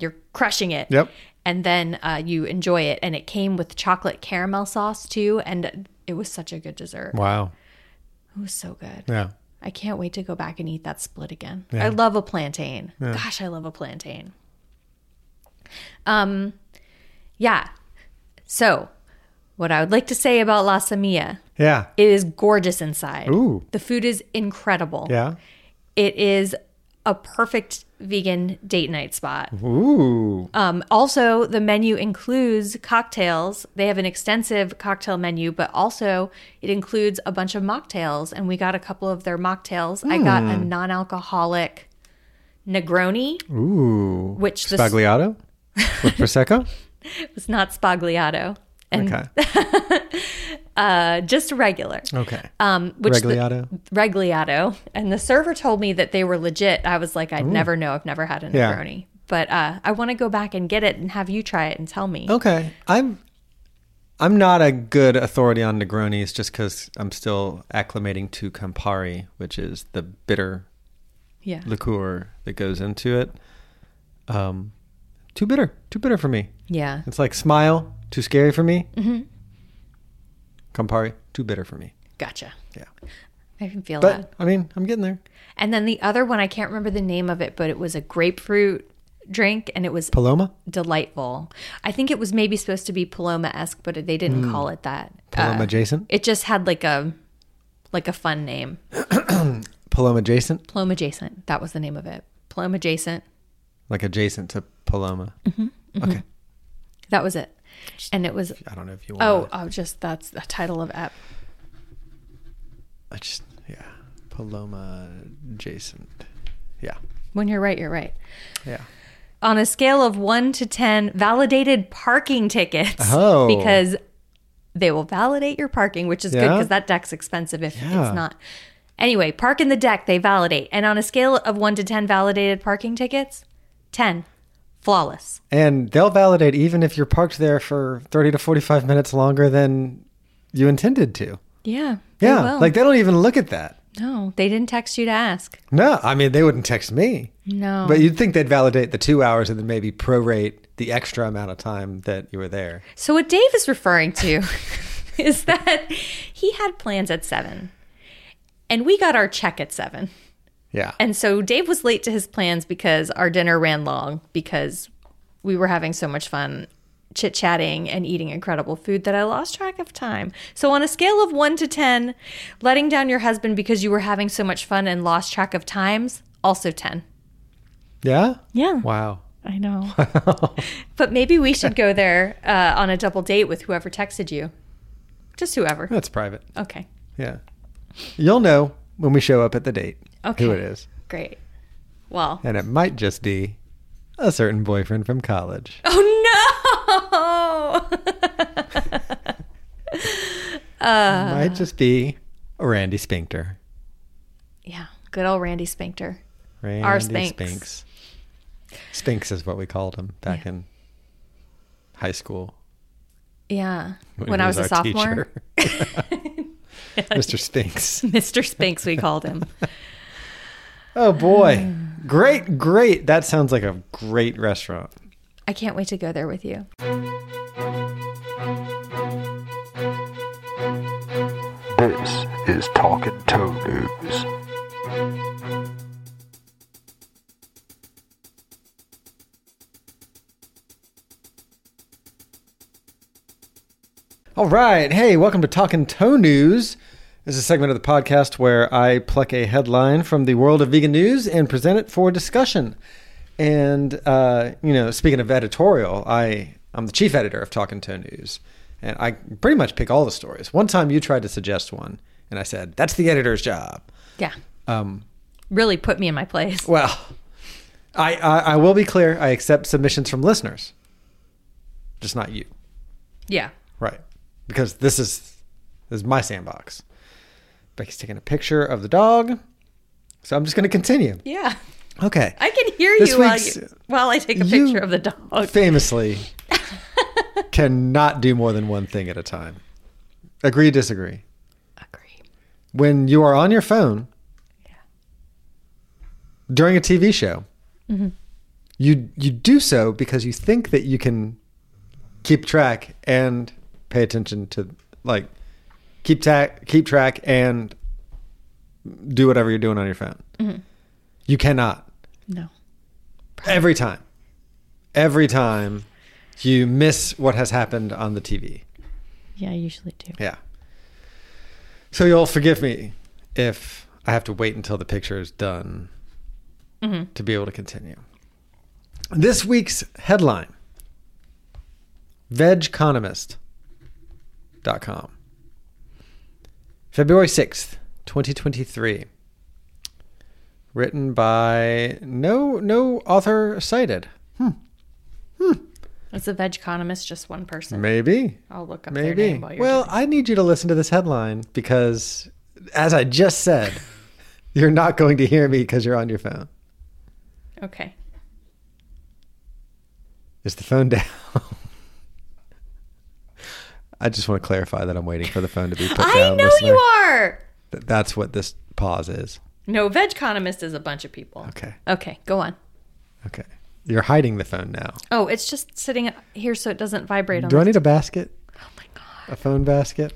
Speaker 2: you're crushing it.
Speaker 1: Mm-hmm. Yep.
Speaker 2: And then uh, you enjoy it. And it came with chocolate caramel sauce too. And it was such a good dessert.
Speaker 1: Wow.
Speaker 2: It was so good.
Speaker 1: Yeah.
Speaker 2: I can't wait to go back and eat that split again. I love a plantain. Gosh, I love a plantain. Um yeah. So, what I would like to say about La Samia,
Speaker 1: Yeah.
Speaker 2: it is gorgeous inside.
Speaker 1: Ooh.
Speaker 2: The food is incredible.
Speaker 1: Yeah.
Speaker 2: It is a perfect vegan date night spot.
Speaker 1: Ooh.
Speaker 2: Um, also, the menu includes cocktails. They have an extensive cocktail menu, but also it includes a bunch of mocktails. And we got a couple of their mocktails. I got a non alcoholic Negroni,
Speaker 1: Hmm. Ooh.
Speaker 2: which this
Speaker 1: Spagliato with prosecco.
Speaker 2: was not Spagliato, and
Speaker 1: Okay.
Speaker 2: uh, just a regular.
Speaker 1: Okay.
Speaker 2: Um, which the-
Speaker 1: Regliato.
Speaker 2: Regliato. And the server told me that they were legit. I was like, I'd never know. I've never had a
Speaker 1: Yeah.
Speaker 2: Negroni. But uh, I want to go back and get it and have you try it and tell me.
Speaker 1: Okay. I'm I'm not a good authority on Negronis just because I'm still acclimating to Campari, which is the bitter
Speaker 2: Yeah.
Speaker 1: liqueur that goes into it. Um, too bitter. Too bitter for me.
Speaker 2: Yeah.
Speaker 1: It's like Smile. Too scary for me. Mm-hmm. Campari. Too bitter for me.
Speaker 2: Gotcha.
Speaker 1: Yeah.
Speaker 2: I can feel that.
Speaker 1: But I mean, I'm getting there.
Speaker 2: And then the other one, I can't remember the name of it, but it was a grapefruit drink and it was
Speaker 1: Paloma.
Speaker 2: delightful. I think it was maybe supposed to be Paloma esque, but they didn't call it that. Uh,
Speaker 1: Paloma Jason.
Speaker 2: it just had like a like a fun name.
Speaker 1: Paloma adjacent.
Speaker 2: Paloma adjacent. That was the name of it. Paloma adjacent.
Speaker 1: Like adjacent to Paloma. Okay.
Speaker 2: That was it. And it was
Speaker 1: I don't know if you want.
Speaker 2: oh oh just that's the title of app.
Speaker 1: I just yeah. Paloma adjacent. Yeah.
Speaker 2: When you're right, you're right.
Speaker 1: Yeah.
Speaker 2: on a scale of one to 10 validated parking tickets
Speaker 1: Oh.
Speaker 2: because they will validate your parking, which is good
Speaker 1: Yeah?
Speaker 2: because that deck's expensive if
Speaker 1: Yeah.
Speaker 2: it's not. Anyway, park in the deck, they validate. And on a scale of one to 10 validated parking tickets, 10, flawless.
Speaker 1: And they'll validate even if you're parked there for 30 to 45 minutes longer than you intended to.
Speaker 2: Yeah.
Speaker 1: Yeah. Like they don't even look at that.
Speaker 2: no, they didn't text you to ask.
Speaker 1: No, I mean they wouldn't text me.
Speaker 2: No.
Speaker 1: But you'd think they'd validate the two hours and then maybe prorate the extra amount of time that you were there.
Speaker 2: So what Dave is referring to is that he had plans at seven and we got our check at seven.
Speaker 1: Yeah.
Speaker 2: And so Dave was late to his plans because our dinner ran long because we were having so much fun chit chatting and eating incredible food that I lost track of time. So, on a scale of one to 10, letting down your husband because you were having so much fun and lost track of times, also 10.
Speaker 1: yeah.
Speaker 2: Yeah.
Speaker 1: Wow.
Speaker 2: I know. but maybe we should go there uh, on a double date with whoever texted you. Just whoever.
Speaker 1: That's private.
Speaker 2: Okay.
Speaker 1: Yeah. You'll know when we show up at the date
Speaker 2: Okay.
Speaker 1: who it is.
Speaker 2: Great. Well,
Speaker 1: And it might just be a certain boyfriend from college.
Speaker 2: oh no! Uh.
Speaker 1: might just be Randy Spinkter.
Speaker 2: yeah, good old Randy Spinkter.
Speaker 1: Randy
Speaker 2: Spinks.
Speaker 1: Spinks. Spinks is what we called him back in high school.
Speaker 2: Yeah. When, I
Speaker 1: he
Speaker 2: was, a
Speaker 1: our
Speaker 2: sophomore,
Speaker 1: teacher. Mr. Spinks.
Speaker 2: Mr. Spinks, we called him.
Speaker 1: Oh boy. Great, great. That sounds like a great restaurant.
Speaker 2: I can't wait to go there with you.
Speaker 4: This is Talking Toe News.
Speaker 1: All right. Hey, welcome to Talking Toe News. This is a segment of the podcast where I pluck a headline from the world of vegan news and present it for discussion. And, uh, you know, speaking of editorial, I, I'm the chief editor of Talking Toe News. And I pretty much pick all the stories. One time you tried to suggest one, and I said, that's the editor's job.
Speaker 2: Yeah. Um, really put me in my place.
Speaker 1: Well, I, I, I will be clear. I accept submissions from listeners, just not you.
Speaker 2: Yeah.
Speaker 1: Right. Because this is this is my sandbox. Becky's taking a picture of the dog. So I'm just going to continue.
Speaker 2: Yeah.
Speaker 1: Okay.
Speaker 2: I can hear
Speaker 1: This
Speaker 2: you while,
Speaker 1: week's-
Speaker 2: you while I take a
Speaker 1: you-
Speaker 2: picture of the dog.
Speaker 1: Famously cannot do more than one thing at a time. Agree disagree.
Speaker 2: Agree.
Speaker 1: When you are on your phone during a TV show, you you do so because you think that you can keep track and pay attention to like keep track keep track and do whatever you're doing on your phone. You cannot
Speaker 2: No.
Speaker 1: every time. Every time you miss what has happened on the TV.
Speaker 2: Yeah, I usually do.
Speaker 1: Yeah. So you'll forgive me if I have to wait until the picture is done to be able to continue. This week's headline vegconomist.com February 6th, 2023 written by no no author cited.
Speaker 2: Is a veg economist just one person?
Speaker 1: Maybe.
Speaker 2: I'll look up their
Speaker 1: Maybe.
Speaker 2: name while you're
Speaker 1: Well,
Speaker 2: doing-
Speaker 1: I need you to listen to this headline because, as I just said, you're not going to hear me because you're on your phone.
Speaker 2: okay.
Speaker 1: Is the phone down? I just want to clarify that I'm waiting for the phone to be put
Speaker 2: I
Speaker 1: down.
Speaker 2: know you
Speaker 1: listener.
Speaker 2: are.
Speaker 1: Th- That's what this pause is.
Speaker 2: No, veg economist is a bunch of people.
Speaker 1: Okay.
Speaker 2: Okay, go on.
Speaker 1: Okay. You're hiding the phone now.
Speaker 2: Oh, it's just sitting here so it doesn't vibrate on
Speaker 1: Do I
Speaker 2: the-
Speaker 1: need a basket? Oh my god. A phone basket?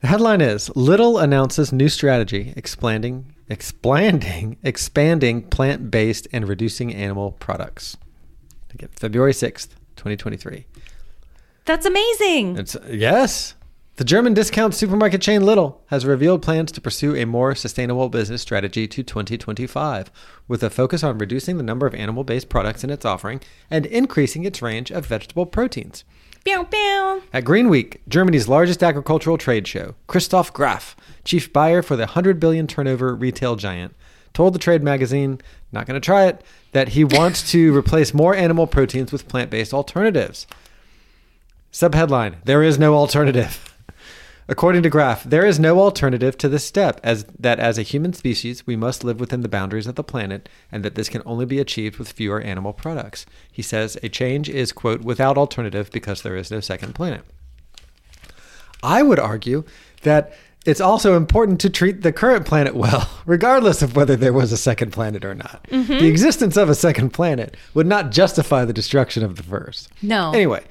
Speaker 1: The headline is Little announces new strategy expanding expanding expanding plant-based and reducing animal products. Again, February 6th, 2023.
Speaker 2: That's amazing.
Speaker 1: It's yes. The German discount supermarket chain Little has revealed plans to pursue a more sustainable business strategy to 2025, with a focus on reducing the number of animal based products in its offering and increasing its range of vegetable proteins.
Speaker 2: Pew, pew.
Speaker 1: At Green Week, Germany's largest agricultural trade show, Christoph Graf, chief buyer for the 100 billion turnover retail giant, told the trade magazine, not going to try it, that he wants to replace more animal proteins with plant-based alternatives. Subheadline: There is no alternative. According to Graf, there is no alternative to this step, as that as a human species, we must live within the boundaries of the planet, and that this can only be achieved with fewer animal products. He says a change is, quote, without alternative because there is no second planet. I would argue that it's also important to treat the current planet well, regardless of whether there was a second planet or not. The existence of a second planet would not justify the destruction of the first.
Speaker 2: No.
Speaker 1: Anyway,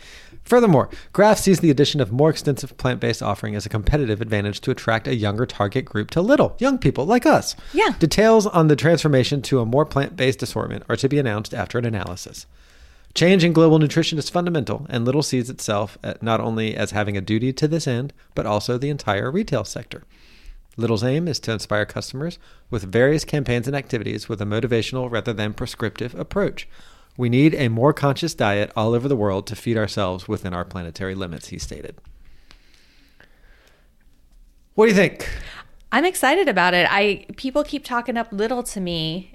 Speaker 1: furthermore, Graf sees the addition of more extensive plant based offering as a competitive advantage to attract a younger target group to Little, young people like us.
Speaker 2: Yeah.
Speaker 1: Details on the transformation to a more plant based assortment are to be announced after an analysis. Change in global nutrition is fundamental, and Little sees itself at not only as having a duty to this end, but also the entire retail sector. Little's aim is to inspire customers with various campaigns and activities with a motivational rather than prescriptive approach. We need a more conscious diet all over the world to feed ourselves within our planetary limits, he stated. What do you think?
Speaker 2: I'm excited about it. I people keep talking up little to me,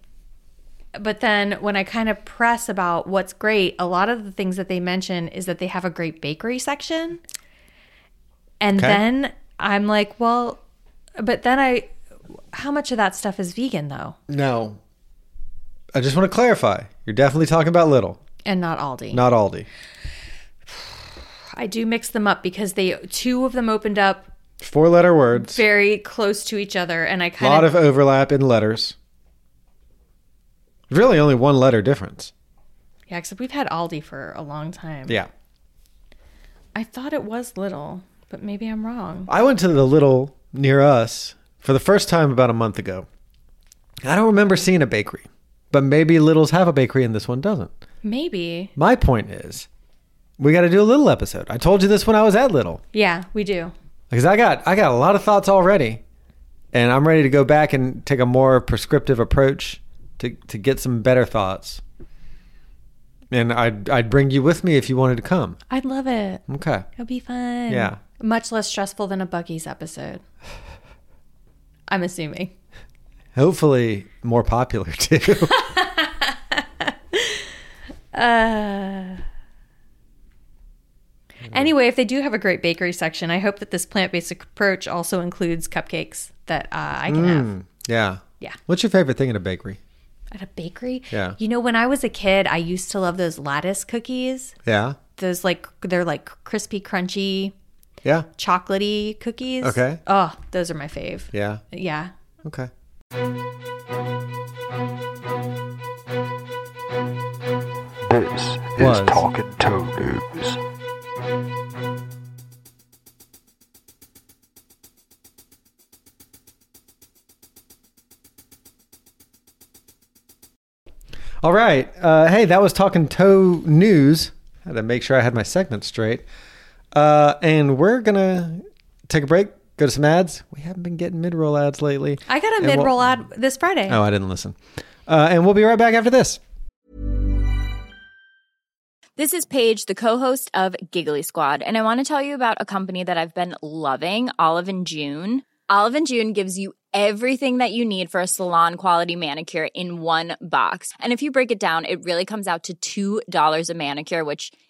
Speaker 2: but then when I kind of press about what's great, a lot of the things that they mention is that they have a great bakery section. And
Speaker 1: Okay.
Speaker 2: then I'm like, well, but then I how much of that stuff is vegan though?
Speaker 1: Now, I just want to clarify you're definitely talking about Little,
Speaker 2: And not Aldi.
Speaker 1: not Aldi.
Speaker 2: I do mix them up because they two of them opened up
Speaker 1: Four letter words.
Speaker 2: very close to each other and I
Speaker 1: A
Speaker 2: kind
Speaker 1: lot
Speaker 2: of,
Speaker 1: of overlap in letters. Really, only one letter difference.
Speaker 2: Yeah, except we've had Aldi for a long time.
Speaker 1: Yeah.
Speaker 2: I thought it was little, but maybe I'm wrong.
Speaker 1: I went to the little near us for the first time about a month ago. I don't remember seeing a bakery, but maybe Littles have a bakery and this one doesn't.
Speaker 2: Maybe.
Speaker 1: My point is We got to do a little episode. I told you this when I was at little
Speaker 2: Yeah, we do.
Speaker 1: because I got I got a lot of thoughts already, and I'm ready to go back and take a more prescriptive approach to to get some better thoughts. And I'd I'd bring you with me if you wanted to come.
Speaker 2: I'd love it.
Speaker 1: Okay.
Speaker 2: It'll be fun.
Speaker 1: Yeah.
Speaker 2: Much less stressful than a Bucky's episode. I'm assuming.
Speaker 1: Hopefully more popular too.
Speaker 2: Uh, Anyway, if they do have a great bakery section, I hope that this plant based approach also includes cupcakes that uh, I can
Speaker 1: Mm.
Speaker 2: have.
Speaker 1: yeah.
Speaker 2: Yeah.
Speaker 1: What's your favorite thing in a bakery?
Speaker 2: At a bakery?
Speaker 1: Yeah.
Speaker 2: You know, when I was a kid, I used to love those lattice cookies.
Speaker 1: Yeah.
Speaker 2: Those, like, they're like crispy, crunchy,
Speaker 1: Yeah.
Speaker 2: chocolatey cookies.
Speaker 1: Okay.
Speaker 2: Oh, those are my fave.
Speaker 1: Yeah.
Speaker 2: Yeah.
Speaker 1: Okay.
Speaker 4: This
Speaker 1: Was.
Speaker 4: is Talking Toe News.
Speaker 1: All right. Uh, hey, that was Talking Toe News. had to make sure I had my segment straight. Uh, and we're going to take a break, go to some ads. We haven't been getting mid roll ads lately.
Speaker 2: I got a
Speaker 1: And
Speaker 2: mid roll
Speaker 1: we'll-
Speaker 2: ad this Friday.
Speaker 1: Oh, I didn't listen. Uh, and we'll be right back after this.
Speaker 5: This is Paige, the co-host of Giggly Squad, and I want to tell you about a company that I've been loving, Olive and June. Olive and June gives you everything that you need for a salon quality manicure in one box. And if you break it down, it really comes out to $2 a manicure, which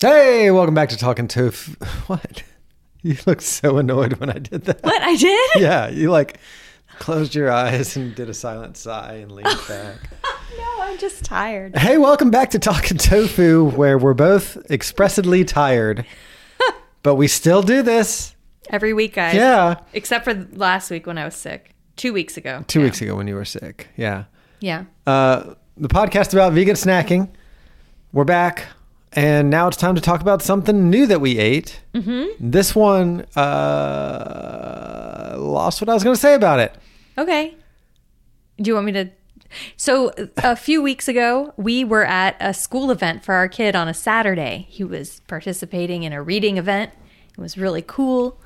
Speaker 1: Hey, welcome back to Talking Toe. F- What? You looked so annoyed when I did that.
Speaker 2: What? I did?
Speaker 1: Yeah, you like closed your eyes and did a silent sigh and leaned back.
Speaker 2: No, I'm just tired.
Speaker 1: Hey, welcome back to Talking Tofu, where we're both expressedly tired, but we still do this.
Speaker 2: Every week, guys.
Speaker 1: Yeah.
Speaker 2: Except for last week when I was sick. Two weeks ago.
Speaker 1: Two weeks ago when you were sick. Yeah.
Speaker 2: Yeah.
Speaker 1: Uh, the podcast about vegan snacking. We're back, and now it's time to talk about something new that we ate. Mm-hmm. This one uh, lost what I was going to say about it.
Speaker 2: Okay. Do you want me to? So a few weeks ago, we were at a school event for our kid on a Saturday. He was participating in a reading event. It was really cool.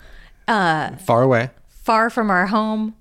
Speaker 1: Far away.
Speaker 2: Far from our home,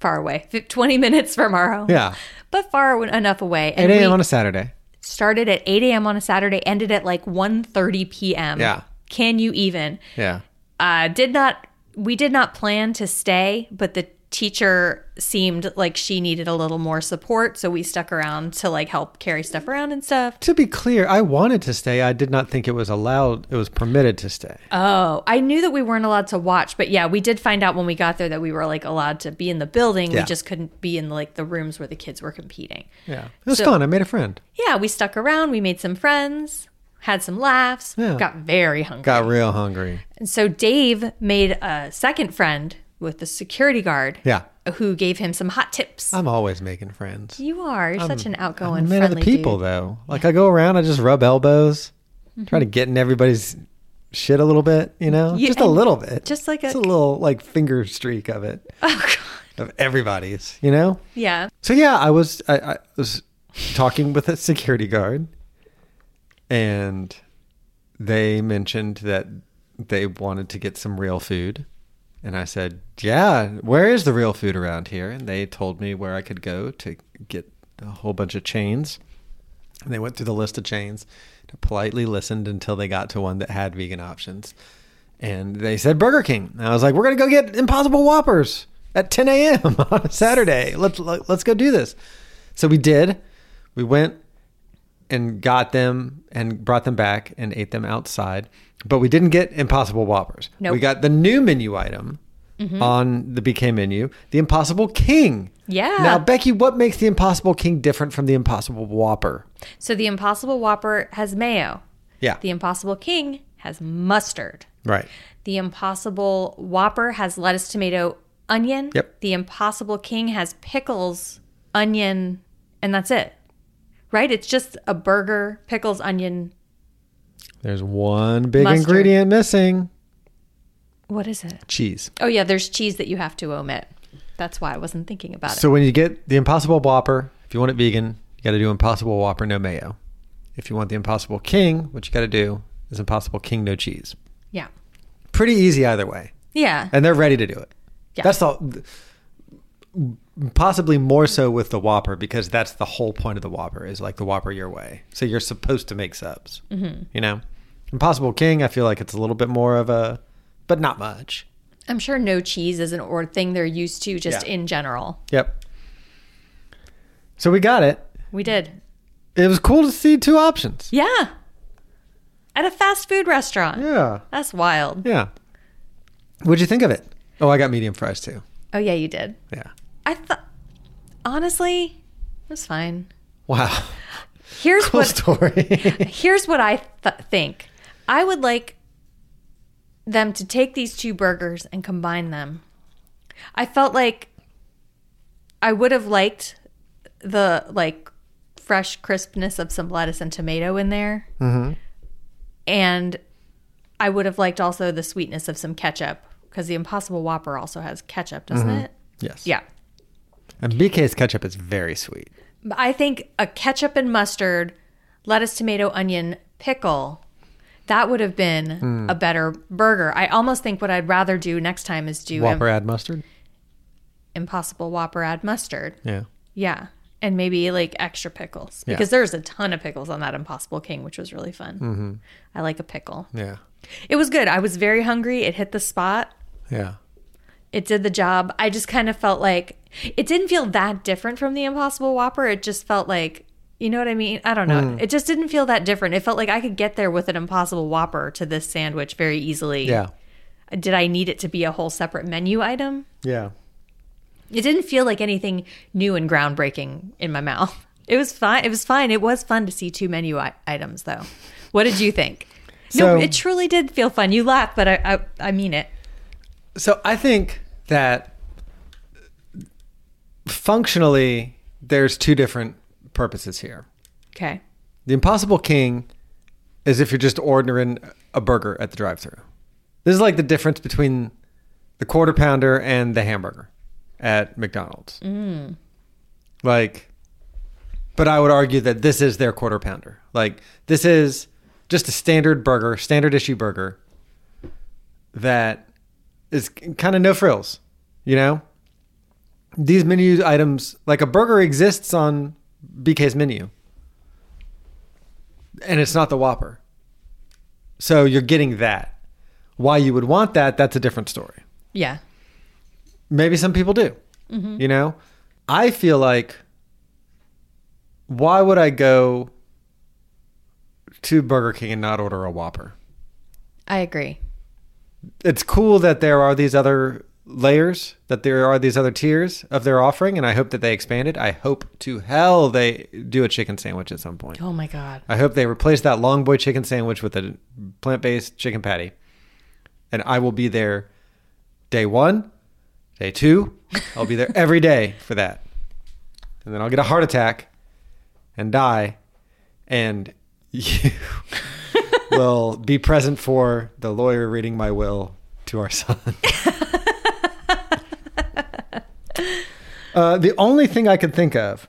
Speaker 2: far away, Fif- 20 minutes from our home.
Speaker 1: Yeah.
Speaker 2: But far w- enough away.
Speaker 1: 8
Speaker 2: And
Speaker 1: a.m.
Speaker 2: we
Speaker 1: on a Saturday.
Speaker 2: started at 8 a.m. on a Saturday, ended at like 1.30 p.m.
Speaker 1: Yeah.
Speaker 2: Can you even?
Speaker 1: Yeah.
Speaker 2: uh, did not we did not plan to stay, but the teacher seemed like she needed a little more support, so we stuck around to like help carry stuff around and stuff.
Speaker 1: To be clear, I wanted to stay. I did not think it was allowed. It was permitted to stay.
Speaker 2: Oh, I knew that we weren't allowed to watch, but yeah, we did find out when we got there that we were like allowed to be in the building.
Speaker 1: Yeah.
Speaker 2: We just couldn't be in like the rooms where the kids were competing.
Speaker 1: yeah, it was
Speaker 2: so-
Speaker 1: fun. I made a friend.
Speaker 2: Yeah, we stuck around, we made some friends, had some laughs,
Speaker 1: Yeah.
Speaker 2: got very hungry.
Speaker 1: Got real hungry.
Speaker 2: and so Dave made a second friend with the security guard
Speaker 1: Yeah,
Speaker 2: who gave him some hot tips.
Speaker 1: I'm always making friends.
Speaker 2: you are. You're such an outgoing,
Speaker 1: I'm a man of
Speaker 2: friendly
Speaker 1: the people,
Speaker 2: dude.
Speaker 1: though. Like I go around, I just rub elbows,
Speaker 2: Mm-hmm.
Speaker 1: try to get in everybody's shit a little bit. You know,
Speaker 2: Yeah,
Speaker 1: just a
Speaker 2: and
Speaker 1: little bit.
Speaker 2: just like a-
Speaker 1: just a little like finger streak of it
Speaker 2: Oh, God.
Speaker 1: of everybody's. You know.
Speaker 2: Yeah.
Speaker 1: So yeah, I was I, I was talking with a security guard, and they mentioned that they wanted to get some real food, and I said, "Yeah, where is the real food around here?" And they told me where I could go to get a whole bunch of chains, and they went through the list of chains. I politely listened until they got to one that had vegan options, and they said Burger King. And I was like, "We're gonna go get Impossible Whoppers at 10 a.m. on a Saturday. Let's let's go do this." So we did. We went and got them and brought them back and ate them outside, but we didn't get Impossible Whoppers.
Speaker 2: Nope. Mm-hmm.
Speaker 1: We got the new menu item. On the BK menu, the Impossible King.
Speaker 2: Yeah.
Speaker 1: Now, Becky, what makes the Impossible King different from the Impossible Whopper?
Speaker 2: So the Impossible Whopper has mayo.
Speaker 1: Yeah.
Speaker 2: The Impossible King has mustard.
Speaker 1: right.
Speaker 2: The Impossible Whopper has lettuce, tomato, onion.
Speaker 1: Yep.
Speaker 2: The Impossible King has pickles, onion, and that's it. Right? It's just a burger, pickles, onion.
Speaker 1: There's one big
Speaker 2: Mustard.
Speaker 1: ingredient missing
Speaker 2: What is it?
Speaker 1: cheese.
Speaker 2: Oh, yeah, there's cheese that you have to omit. That's why I wasn't thinking about
Speaker 1: So when you get the Impossible Whopper, if you want it vegan, you got to do Impossible Whopper no mayo. If you want the Impossible King, what you got to do is Impossible King no cheese.
Speaker 2: it. Yeah.
Speaker 1: Pretty easy either way,
Speaker 2: Yeah.
Speaker 1: and they're ready to do it.
Speaker 2: Yeah.
Speaker 1: That's the possibly more so with the Whopper because that's the whole point of the Whopper is like the Whopper your way. So you're supposed to make subs. Mm-hmm. You know, Impossible King. I feel like it's a little bit more of a, but not much.
Speaker 2: I'm sure no cheese is an or thing they're used to just
Speaker 1: Yeah.
Speaker 2: in general.
Speaker 1: Yep. So we got it.
Speaker 2: We did.
Speaker 1: It was cool to see two options.
Speaker 2: Yeah. At a fast food restaurant.
Speaker 1: Yeah.
Speaker 2: That's wild.
Speaker 1: Yeah. What'd you think of it? Oh, I got medium fries too.
Speaker 2: Oh, yeah, you did.
Speaker 1: Yeah.
Speaker 2: I thought, honestly, it was fine.
Speaker 1: Wow.
Speaker 2: Here's
Speaker 1: Cool
Speaker 2: what
Speaker 1: story.
Speaker 2: here's what I th- think. I would like them to take these two burgers and combine them. I felt like I would have liked the like fresh crispness of some lettuce and tomato in there, and I would have liked also the sweetness of some ketchup because the Impossible Whopper also has ketchup, doesn't it?
Speaker 1: yes.
Speaker 2: Yeah.
Speaker 1: And BK's ketchup is very sweet.
Speaker 2: I think a ketchup and mustard, lettuce, tomato, onion, pickle, that would have been
Speaker 1: Hmm.
Speaker 2: a better burger. I almost think what I'd rather do next time is do
Speaker 1: Whopper
Speaker 2: Im-
Speaker 1: add mustard.
Speaker 2: Impossible Whopper add mustard.
Speaker 1: Yeah.
Speaker 2: Yeah. And maybe like extra pickles
Speaker 1: Yeah.
Speaker 2: because there's a ton of pickles on that Impossible King, which was really fun.
Speaker 1: Mm-hmm.
Speaker 2: I like a pickle.
Speaker 1: Yeah.
Speaker 2: It was good. I was very hungry. It hit the spot.
Speaker 1: Yeah.
Speaker 2: It did the job. I just kind of felt like it didn't feel that different from the Impossible Whopper. It just felt like, you know what I mean? I don't know.
Speaker 1: Hmm.
Speaker 2: It just didn't feel that different. It felt like I could get there with an Impossible Whopper to this sandwich very easily.
Speaker 1: Yeah.
Speaker 2: Did I need it to be a whole separate menu item?
Speaker 1: Yeah.
Speaker 2: It didn't feel like anything new and groundbreaking in my mouth. It was fine. It was fine. It was fun to see two menu I- items, though. What did you think?
Speaker 1: So-
Speaker 2: no, it truly did feel fun. You laugh, but I, I, I mean it.
Speaker 1: So I think that functionally there's two different purposes here.
Speaker 2: Okay.
Speaker 1: The Impossible King is if you're just ordering a burger at the drive thru. This is like the difference between the quarter pounder and the hamburger at McDonald's. Like, but I would argue that this is their quarter pounder. Like, this is just a standard burger, standard issue burger that is kind of no frills, you know? These menu items, like a burger exists on BK's menu and it's not the Whopper. So you're getting that. Why you would want that, that's a different story.
Speaker 2: Yeah.
Speaker 1: maybe some people do. You know, I feel like why would I go to Burger King and not order a Whopper?
Speaker 2: I agree.
Speaker 1: It's cool that there are these other layers, that there are these other tiers of their offering, and I hope that they expand it. I hope to hell they do a chicken sandwich at some point.
Speaker 2: Oh my god.
Speaker 1: I hope they replace that long boy chicken sandwich with a plant based chicken patty. And I will be there day one, day two. I'll be there every day for that. And then I'll get a heart attack and die. And you will be present for the lawyer reading my will to our son. Uh, the only thing I could think of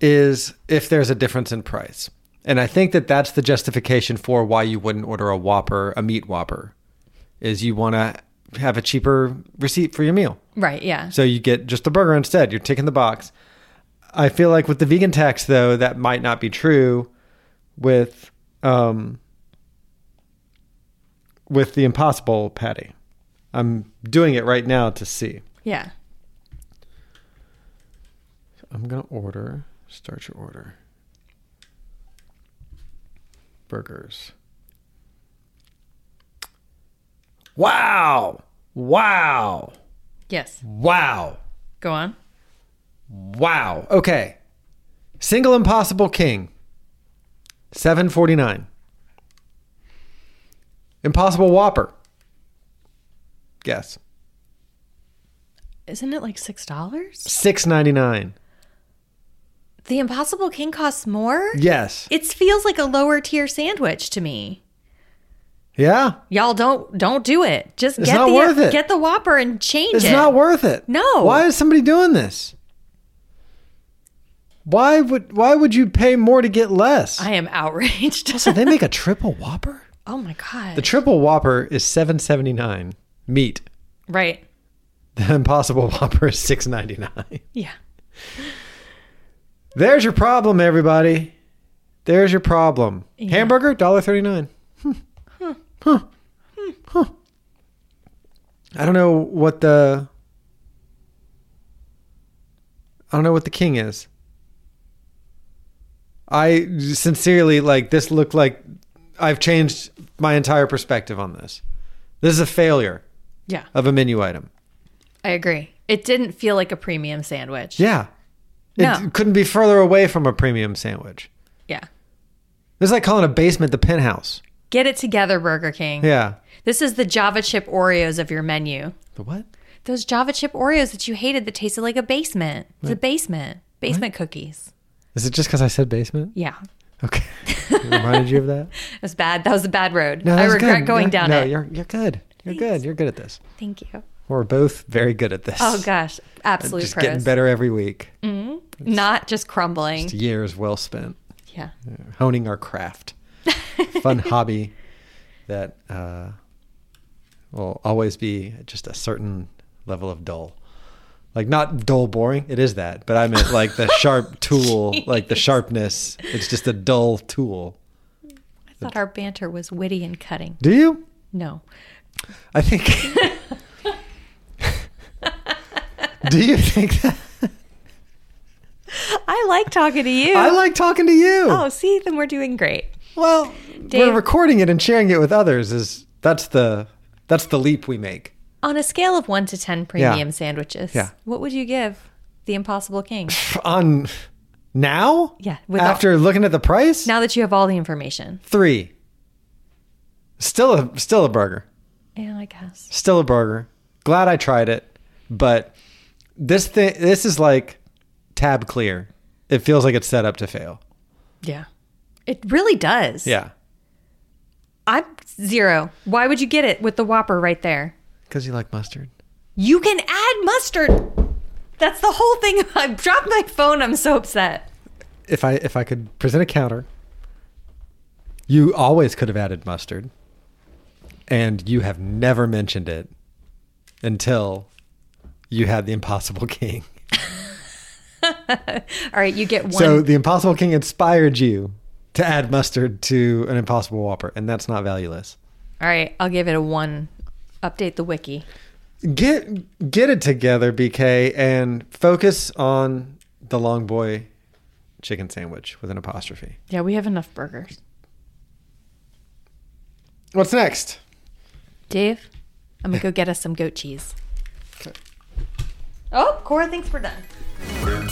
Speaker 1: is if there's a difference in price. And I think that that's the justification for why you wouldn't order a Whopper, a meat Whopper, is you want to have a cheaper receipt for your meal.
Speaker 2: Right, yeah.
Speaker 1: So you get just the burger instead. You're ticking the box. I feel like with the vegan tax, though, that might not be true with, um, with the impossible patty. I'm doing it right now to see.
Speaker 2: Yeah.
Speaker 1: I'm gonna order. Start your order. Burgers. Wow! Wow!
Speaker 2: Yes.
Speaker 1: Wow!
Speaker 2: Go on.
Speaker 1: Wow! Okay. Single Impossible King. Seven forty nine. Impossible Whopper. Guess.
Speaker 2: Isn't it like six dollars?
Speaker 1: Six ninety nine.
Speaker 2: The Impossible King costs more?
Speaker 1: Yes.
Speaker 2: It feels like a lower tier sandwich to me.
Speaker 1: Yeah.
Speaker 2: Y'all don't don't do it. Just
Speaker 1: It's
Speaker 2: get
Speaker 1: not
Speaker 2: the
Speaker 1: worth it.
Speaker 2: get the Whopper and change
Speaker 1: It's
Speaker 2: it.
Speaker 1: not worth it.
Speaker 2: No.
Speaker 1: Why is somebody doing this? Why would why would you pay more to get less?
Speaker 2: I am outraged.
Speaker 1: so they make a triple whopper?
Speaker 2: oh my god.
Speaker 1: The triple whopper is 7.79 meat.
Speaker 2: right.
Speaker 1: The impossible whopper is 6.99.
Speaker 2: Yeah.
Speaker 1: There's your problem everybody. There's your problem. Hamburger $1.39. Huh. Huh. Huh. I don't know what the I don't know what the king is. I sincerely like this looked like I've changed my entire perspective on this. This is a failure
Speaker 2: Yeah.
Speaker 1: of a menu item.
Speaker 2: I agree. It didn't feel like a premium sandwich.
Speaker 1: Yeah. It
Speaker 2: No.
Speaker 1: couldn't be further away from a premium sandwich.
Speaker 2: Yeah.
Speaker 1: It's like calling a basement the penthouse.
Speaker 2: Get it together, Burger King.
Speaker 1: Yeah.
Speaker 2: This is the Java chip Oreos of your menu.
Speaker 1: The what?
Speaker 2: Those Java chip Oreos that you hated that tasted like a basement. It's a basement. Basement cookies.
Speaker 1: Is it just because I said basement?
Speaker 2: Yeah.
Speaker 1: Okay. It reminded you of that?
Speaker 2: It was bad. That was a bad road.
Speaker 1: No,
Speaker 2: I
Speaker 1: that's
Speaker 2: regret
Speaker 1: good.
Speaker 2: going
Speaker 1: You're-
Speaker 2: down
Speaker 1: no,
Speaker 2: it.
Speaker 1: you're you're good. You're good. You're good at this.
Speaker 2: Thank you.
Speaker 1: We're both very good at this.
Speaker 2: Oh gosh. Absolute
Speaker 1: Just
Speaker 2: pros. Mm.
Speaker 1: getting better every week.
Speaker 2: Not just crumbling.
Speaker 1: It's years well spent
Speaker 2: yeah.
Speaker 1: honing our craft. Fun hobby that uh, will always be just a certain level of dull. Like not dull, boring. It is that, but I meant like the sharp tool, like the sharpness. It's just a dull tool.
Speaker 2: I thought our banter was witty and cutting.
Speaker 1: Do you?
Speaker 2: No.
Speaker 1: I think. Do you think that?
Speaker 2: I like talking to you.
Speaker 1: I like talking to you.
Speaker 2: oh, see, then we're doing great.
Speaker 1: well,
Speaker 2: Dave-
Speaker 1: we're recording it and sharing it with others. Is that's the that's the leap we make?
Speaker 2: On a scale of one to ten premium sandwiches,
Speaker 1: Yeah.
Speaker 2: what would you give the Impossible King?
Speaker 1: On now?
Speaker 2: Yeah, with all-
Speaker 1: After looking at the price,
Speaker 2: now that you have all the information.
Speaker 1: three. Still a still a burger.
Speaker 2: Yeah, I guess.
Speaker 1: Still a burger. Glad I tried it, but this thing this is like tab clear. It feels like it's set up to fail.
Speaker 2: Yeah. It really does.
Speaker 1: Yeah,
Speaker 2: I'm zero. Why would you get it with the Whopper right there?
Speaker 1: because you like mustard.
Speaker 2: You can add mustard. That's the whole thing. I dropped my phone. I'm so upset.
Speaker 1: if I if I could present a counter, you always could have added mustard, and you have never mentioned it until you had the Impossible King.
Speaker 2: All right, you get one.
Speaker 1: So the Impossible King inspired you to add mustard to an Impossible Whopper, and that's not valueless.
Speaker 2: all right, I'll give it a one. Update the wiki.
Speaker 1: Get get it together, BK, and focus on the long boy chicken sandwich with an apostrophe.
Speaker 2: Yeah, we have enough burgers.
Speaker 1: What's next?
Speaker 2: Dave, I'm gonna go get us some goat cheese. Oh, Cora thinks we're done.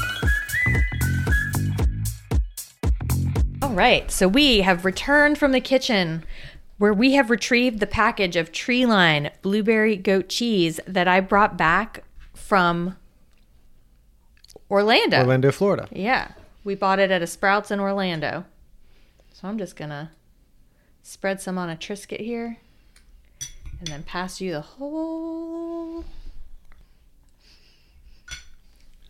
Speaker 2: All right, so we have returned from the kitchen where we have retrieved the package of Tree Line blueberry goat cheese that I brought back from Orlando.
Speaker 1: Orlando, Florida.
Speaker 2: Yeah, we bought it at a Sprouts in Orlando. So I'm just gonna spread some on a Triscuit here and then pass you the whole.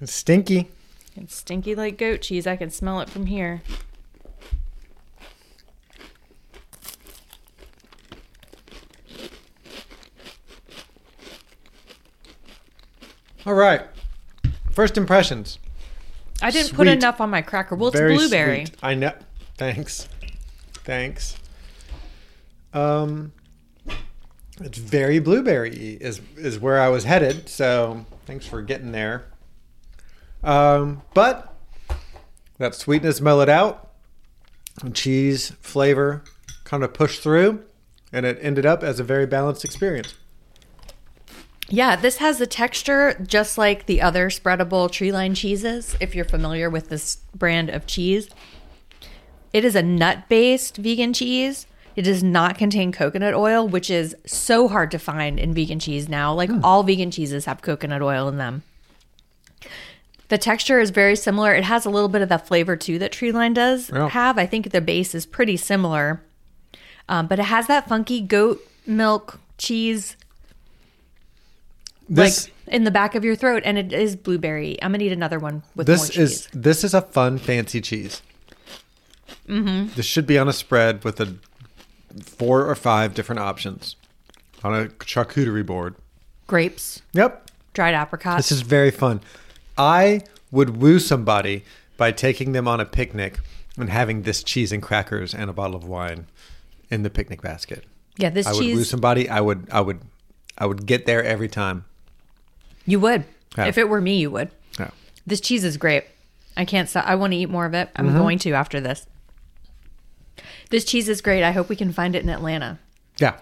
Speaker 1: It's stinky.
Speaker 2: It's stinky like goat cheese. I can smell it from here.
Speaker 1: All right. First impressions.
Speaker 2: I didn't put
Speaker 1: Sweet.
Speaker 2: enough on my cracker. Well, it's
Speaker 1: Very
Speaker 2: blueberry.
Speaker 1: sweet. I know. Thanks. Thanks. Um, it's very blueberry is is where I was headed. So thanks for getting there. Um, but that sweetness mellowed out, and cheese flavor kind of pushed through, and it ended up as a very balanced experience.
Speaker 2: Yeah, this has the texture just like the other spreadable tree line cheeses, if you're familiar with this brand of cheese. It is a nut based vegan cheese. It does not contain coconut oil, which is so hard to find in vegan cheese now. Like all vegan cheeses have coconut oil in them. The texture is very similar. It has a little bit of that flavor too that tree line does
Speaker 1: Yeah.
Speaker 2: have. I think the base is pretty similar, um, but it has that funky goat milk cheese
Speaker 1: This
Speaker 2: like in the back of your throat, and it is blueberry. I'm gonna eat another one with more
Speaker 1: this
Speaker 2: cheese.
Speaker 1: is this is a fun fancy cheese. Mm-hmm. This should be on a spread with a four or five different options on a charcuterie board.
Speaker 2: grapes,
Speaker 1: Yep,
Speaker 2: dried apricots.
Speaker 1: this is very fun. I would woo somebody by taking them on a picnic and having this cheese and crackers and a bottle of wine in the picnic basket.
Speaker 2: yeah, this
Speaker 1: I would woo
Speaker 2: cheese
Speaker 1: somebody. I would. I would. I would get there every time.
Speaker 2: you would.
Speaker 1: Yeah.
Speaker 2: If it were me, you would.
Speaker 1: Yeah.
Speaker 2: This cheese is great. I can't stop. I want to eat more of it. I'm
Speaker 1: Mm-hmm.
Speaker 2: going to after this. This cheese is great. I hope we can find it in Atlanta.
Speaker 1: Yeah.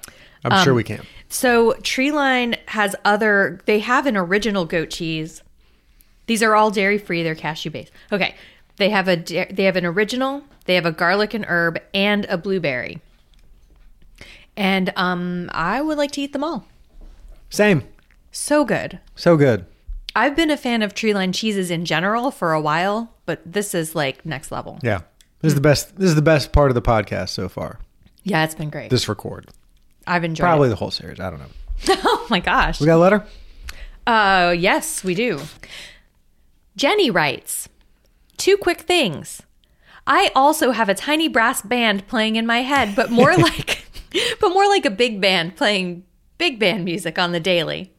Speaker 1: I'm
Speaker 2: Um,
Speaker 1: sure we can.
Speaker 2: So Tree Line has other. They have an original goat cheese. These are all dairy free. They're cashew based. Okay, they have a da- they have an original. They have a garlic and herb and a blueberry. And um, I would like to eat them all.
Speaker 1: Same.
Speaker 2: So good.
Speaker 1: So good.
Speaker 2: I've been a fan of tree line cheeses in general for a while, but this is like next level.
Speaker 1: Yeah. This is the best. This is the best part of the podcast so far.
Speaker 2: Yeah, it's been great.
Speaker 1: This record.
Speaker 2: I've enjoyed
Speaker 1: Probably
Speaker 2: it.
Speaker 1: the whole series. I don't know.
Speaker 2: Oh my gosh.
Speaker 1: We got a letter?
Speaker 2: Uh, yes, we do. Jenny writes Two quick things. I also have a tiny brass band playing in my head, but more like but more like a big band playing big band music on the daily.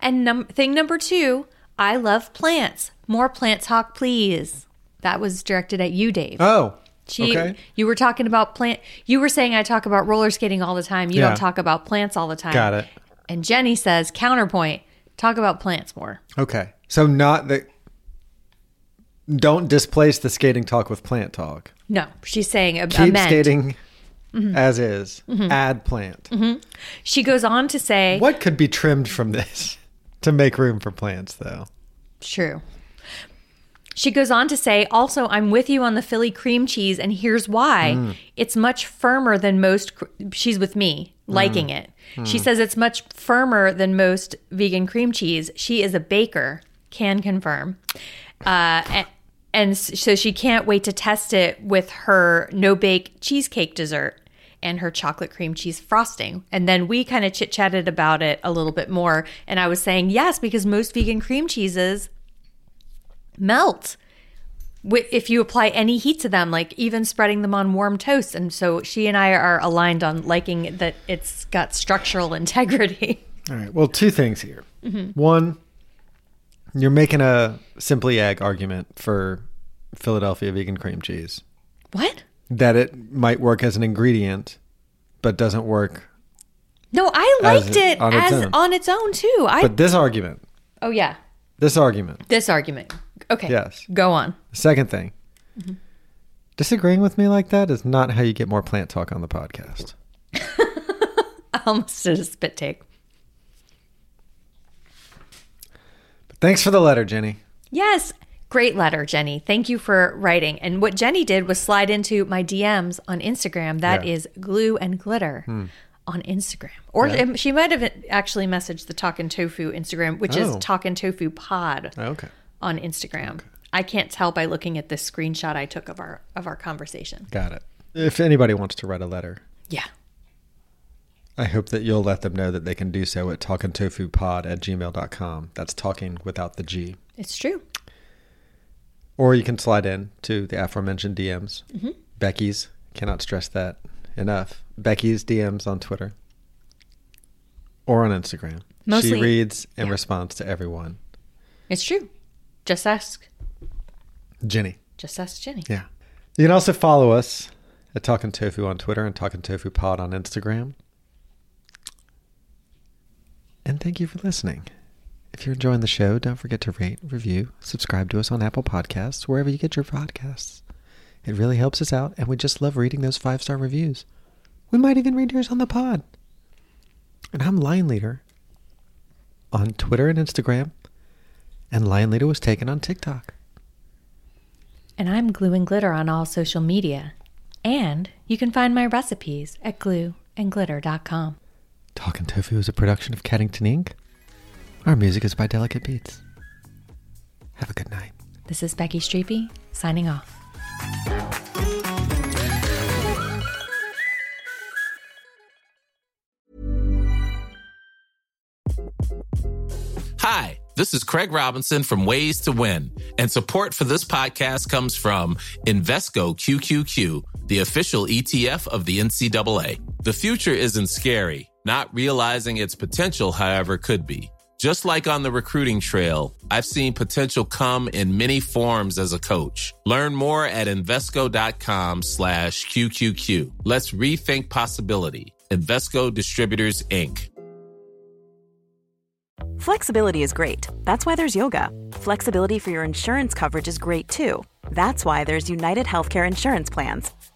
Speaker 2: And num- thing number 2, I love plants. More plants hawk please. That was directed at you, Dave.
Speaker 1: Oh.
Speaker 2: She,
Speaker 1: okay.
Speaker 2: You were talking about plant. You were saying I talk about roller skating all the time. You
Speaker 1: Yeah.
Speaker 2: don't talk about plants all the time.
Speaker 1: Got it.
Speaker 2: And Jenny says, counterpoint, talk about plants more.
Speaker 1: Okay. So not the don't displace the skating talk with plant talk.
Speaker 2: No, she's saying a, Mm-hmm.
Speaker 1: Keep
Speaker 2: amend.
Speaker 1: skating as is. Add plant.
Speaker 2: Mm-hmm. She goes on to say,
Speaker 1: What could be trimmed from this to make room for plants though?
Speaker 2: True. She goes on to say, also, I'm with you on the Philly cream cheese, and here's why. It's much firmer than most. cr- She's with me, liking it. She says it's much firmer than most vegan cream cheese. She is a baker, can confirm. Uh, and, and s- so she can't wait to test it with her no bake cheesecake dessert and her chocolate cream cheese frosting. And then we kind of chit chatted about it a little bit more. And I was saying, yes, because most vegan cream cheeses melt wi- if you apply any heat to them, like even spreading them on warm toast. And so she and I are aligned on liking that it's got structural integrity.
Speaker 1: All right. Well, two things here.
Speaker 2: Mm-hmm.
Speaker 1: One, you're making a simply egg argument for Philadelphia vegan cream cheese.
Speaker 2: what?
Speaker 1: that it might work as an ingredient, but doesn't work
Speaker 2: No, I
Speaker 1: As
Speaker 2: liked
Speaker 1: it-
Speaker 2: it
Speaker 1: on its
Speaker 2: as
Speaker 1: own.
Speaker 2: on its own too. I
Speaker 1: But this argument,
Speaker 2: oh yeah,
Speaker 1: this argument,
Speaker 2: this argument. Okay,
Speaker 1: Yes.
Speaker 2: go on.
Speaker 1: second thing, disagreeing with me like that is not how you get more plant talk on the podcast.
Speaker 2: I almost did a spit take.
Speaker 1: But thanks for the letter, Jenny.
Speaker 2: Yes, great letter, Jenny. Thank you for writing. And what Jenny did was slide into my DMs on Instagram. That
Speaker 1: Yeah. Hmm.
Speaker 2: is glue and glitter on Instagram. Or um, she might have actually messaged the Talkin' Tofu Instagram, which is
Speaker 1: Oh.
Speaker 2: Talkin' Tofu Pod
Speaker 1: Okay,
Speaker 2: on Instagram. I can't tell by looking at this screenshot I took of our of our conversation.
Speaker 1: got it. If anybody wants to write a letter,
Speaker 2: Yeah.
Speaker 1: I hope that you'll let them know that they can do so at talkingtofupod at gmail.com. That's talking without the G.
Speaker 2: It's true.
Speaker 1: Or you can slide in to the aforementioned DMs. Becky's, cannot stress that enough. Becky's DMs on Twitter or on Instagram.
Speaker 2: Mostly-
Speaker 1: she reads and responds to everyone.
Speaker 2: It's true. Just ask
Speaker 1: Jenny.
Speaker 2: just ask Jenny.
Speaker 1: Yeah. You can also follow us at Talking Tofu on Twitter and Talking Tofu Pod on Instagram. And thank you for listening. If you're enjoying the show, don't forget to rate, review, subscribe to us on Apple Podcasts, wherever you get your podcasts. It really helps us out, and we just love reading those five star reviews. We might even read yours on the pod. And I'm Lion Leader on Twitter and Instagram, and Lion Leader was taken on TikTok.
Speaker 2: And I'm Glue and Glitter on all social media. And you can find my recipes at glueandglitter.com.
Speaker 1: Talking Tofu is a production of Caddington Inc. Our music is by Delicate Beats. Have a good night.
Speaker 2: This is Becky Streepy signing off.
Speaker 6: Hi, this is Craig Robinson from Ways to Win, and support for this podcast comes from Invesco QQQ, the official ETF of the NCAA. The future isn't scary, not realizing its potential, however, could be. Just like on the recruiting trail, I've seen potential come in many forms as a coach. Learn more at Invesco.com slash QQQ. Let's rethink possibility. Invesco Distributors, Inc.
Speaker 7: Flexibility is great. That's why there's yoga. Flexibility for your insurance coverage is great too. That's why there's United Healthcare Insurance Plans.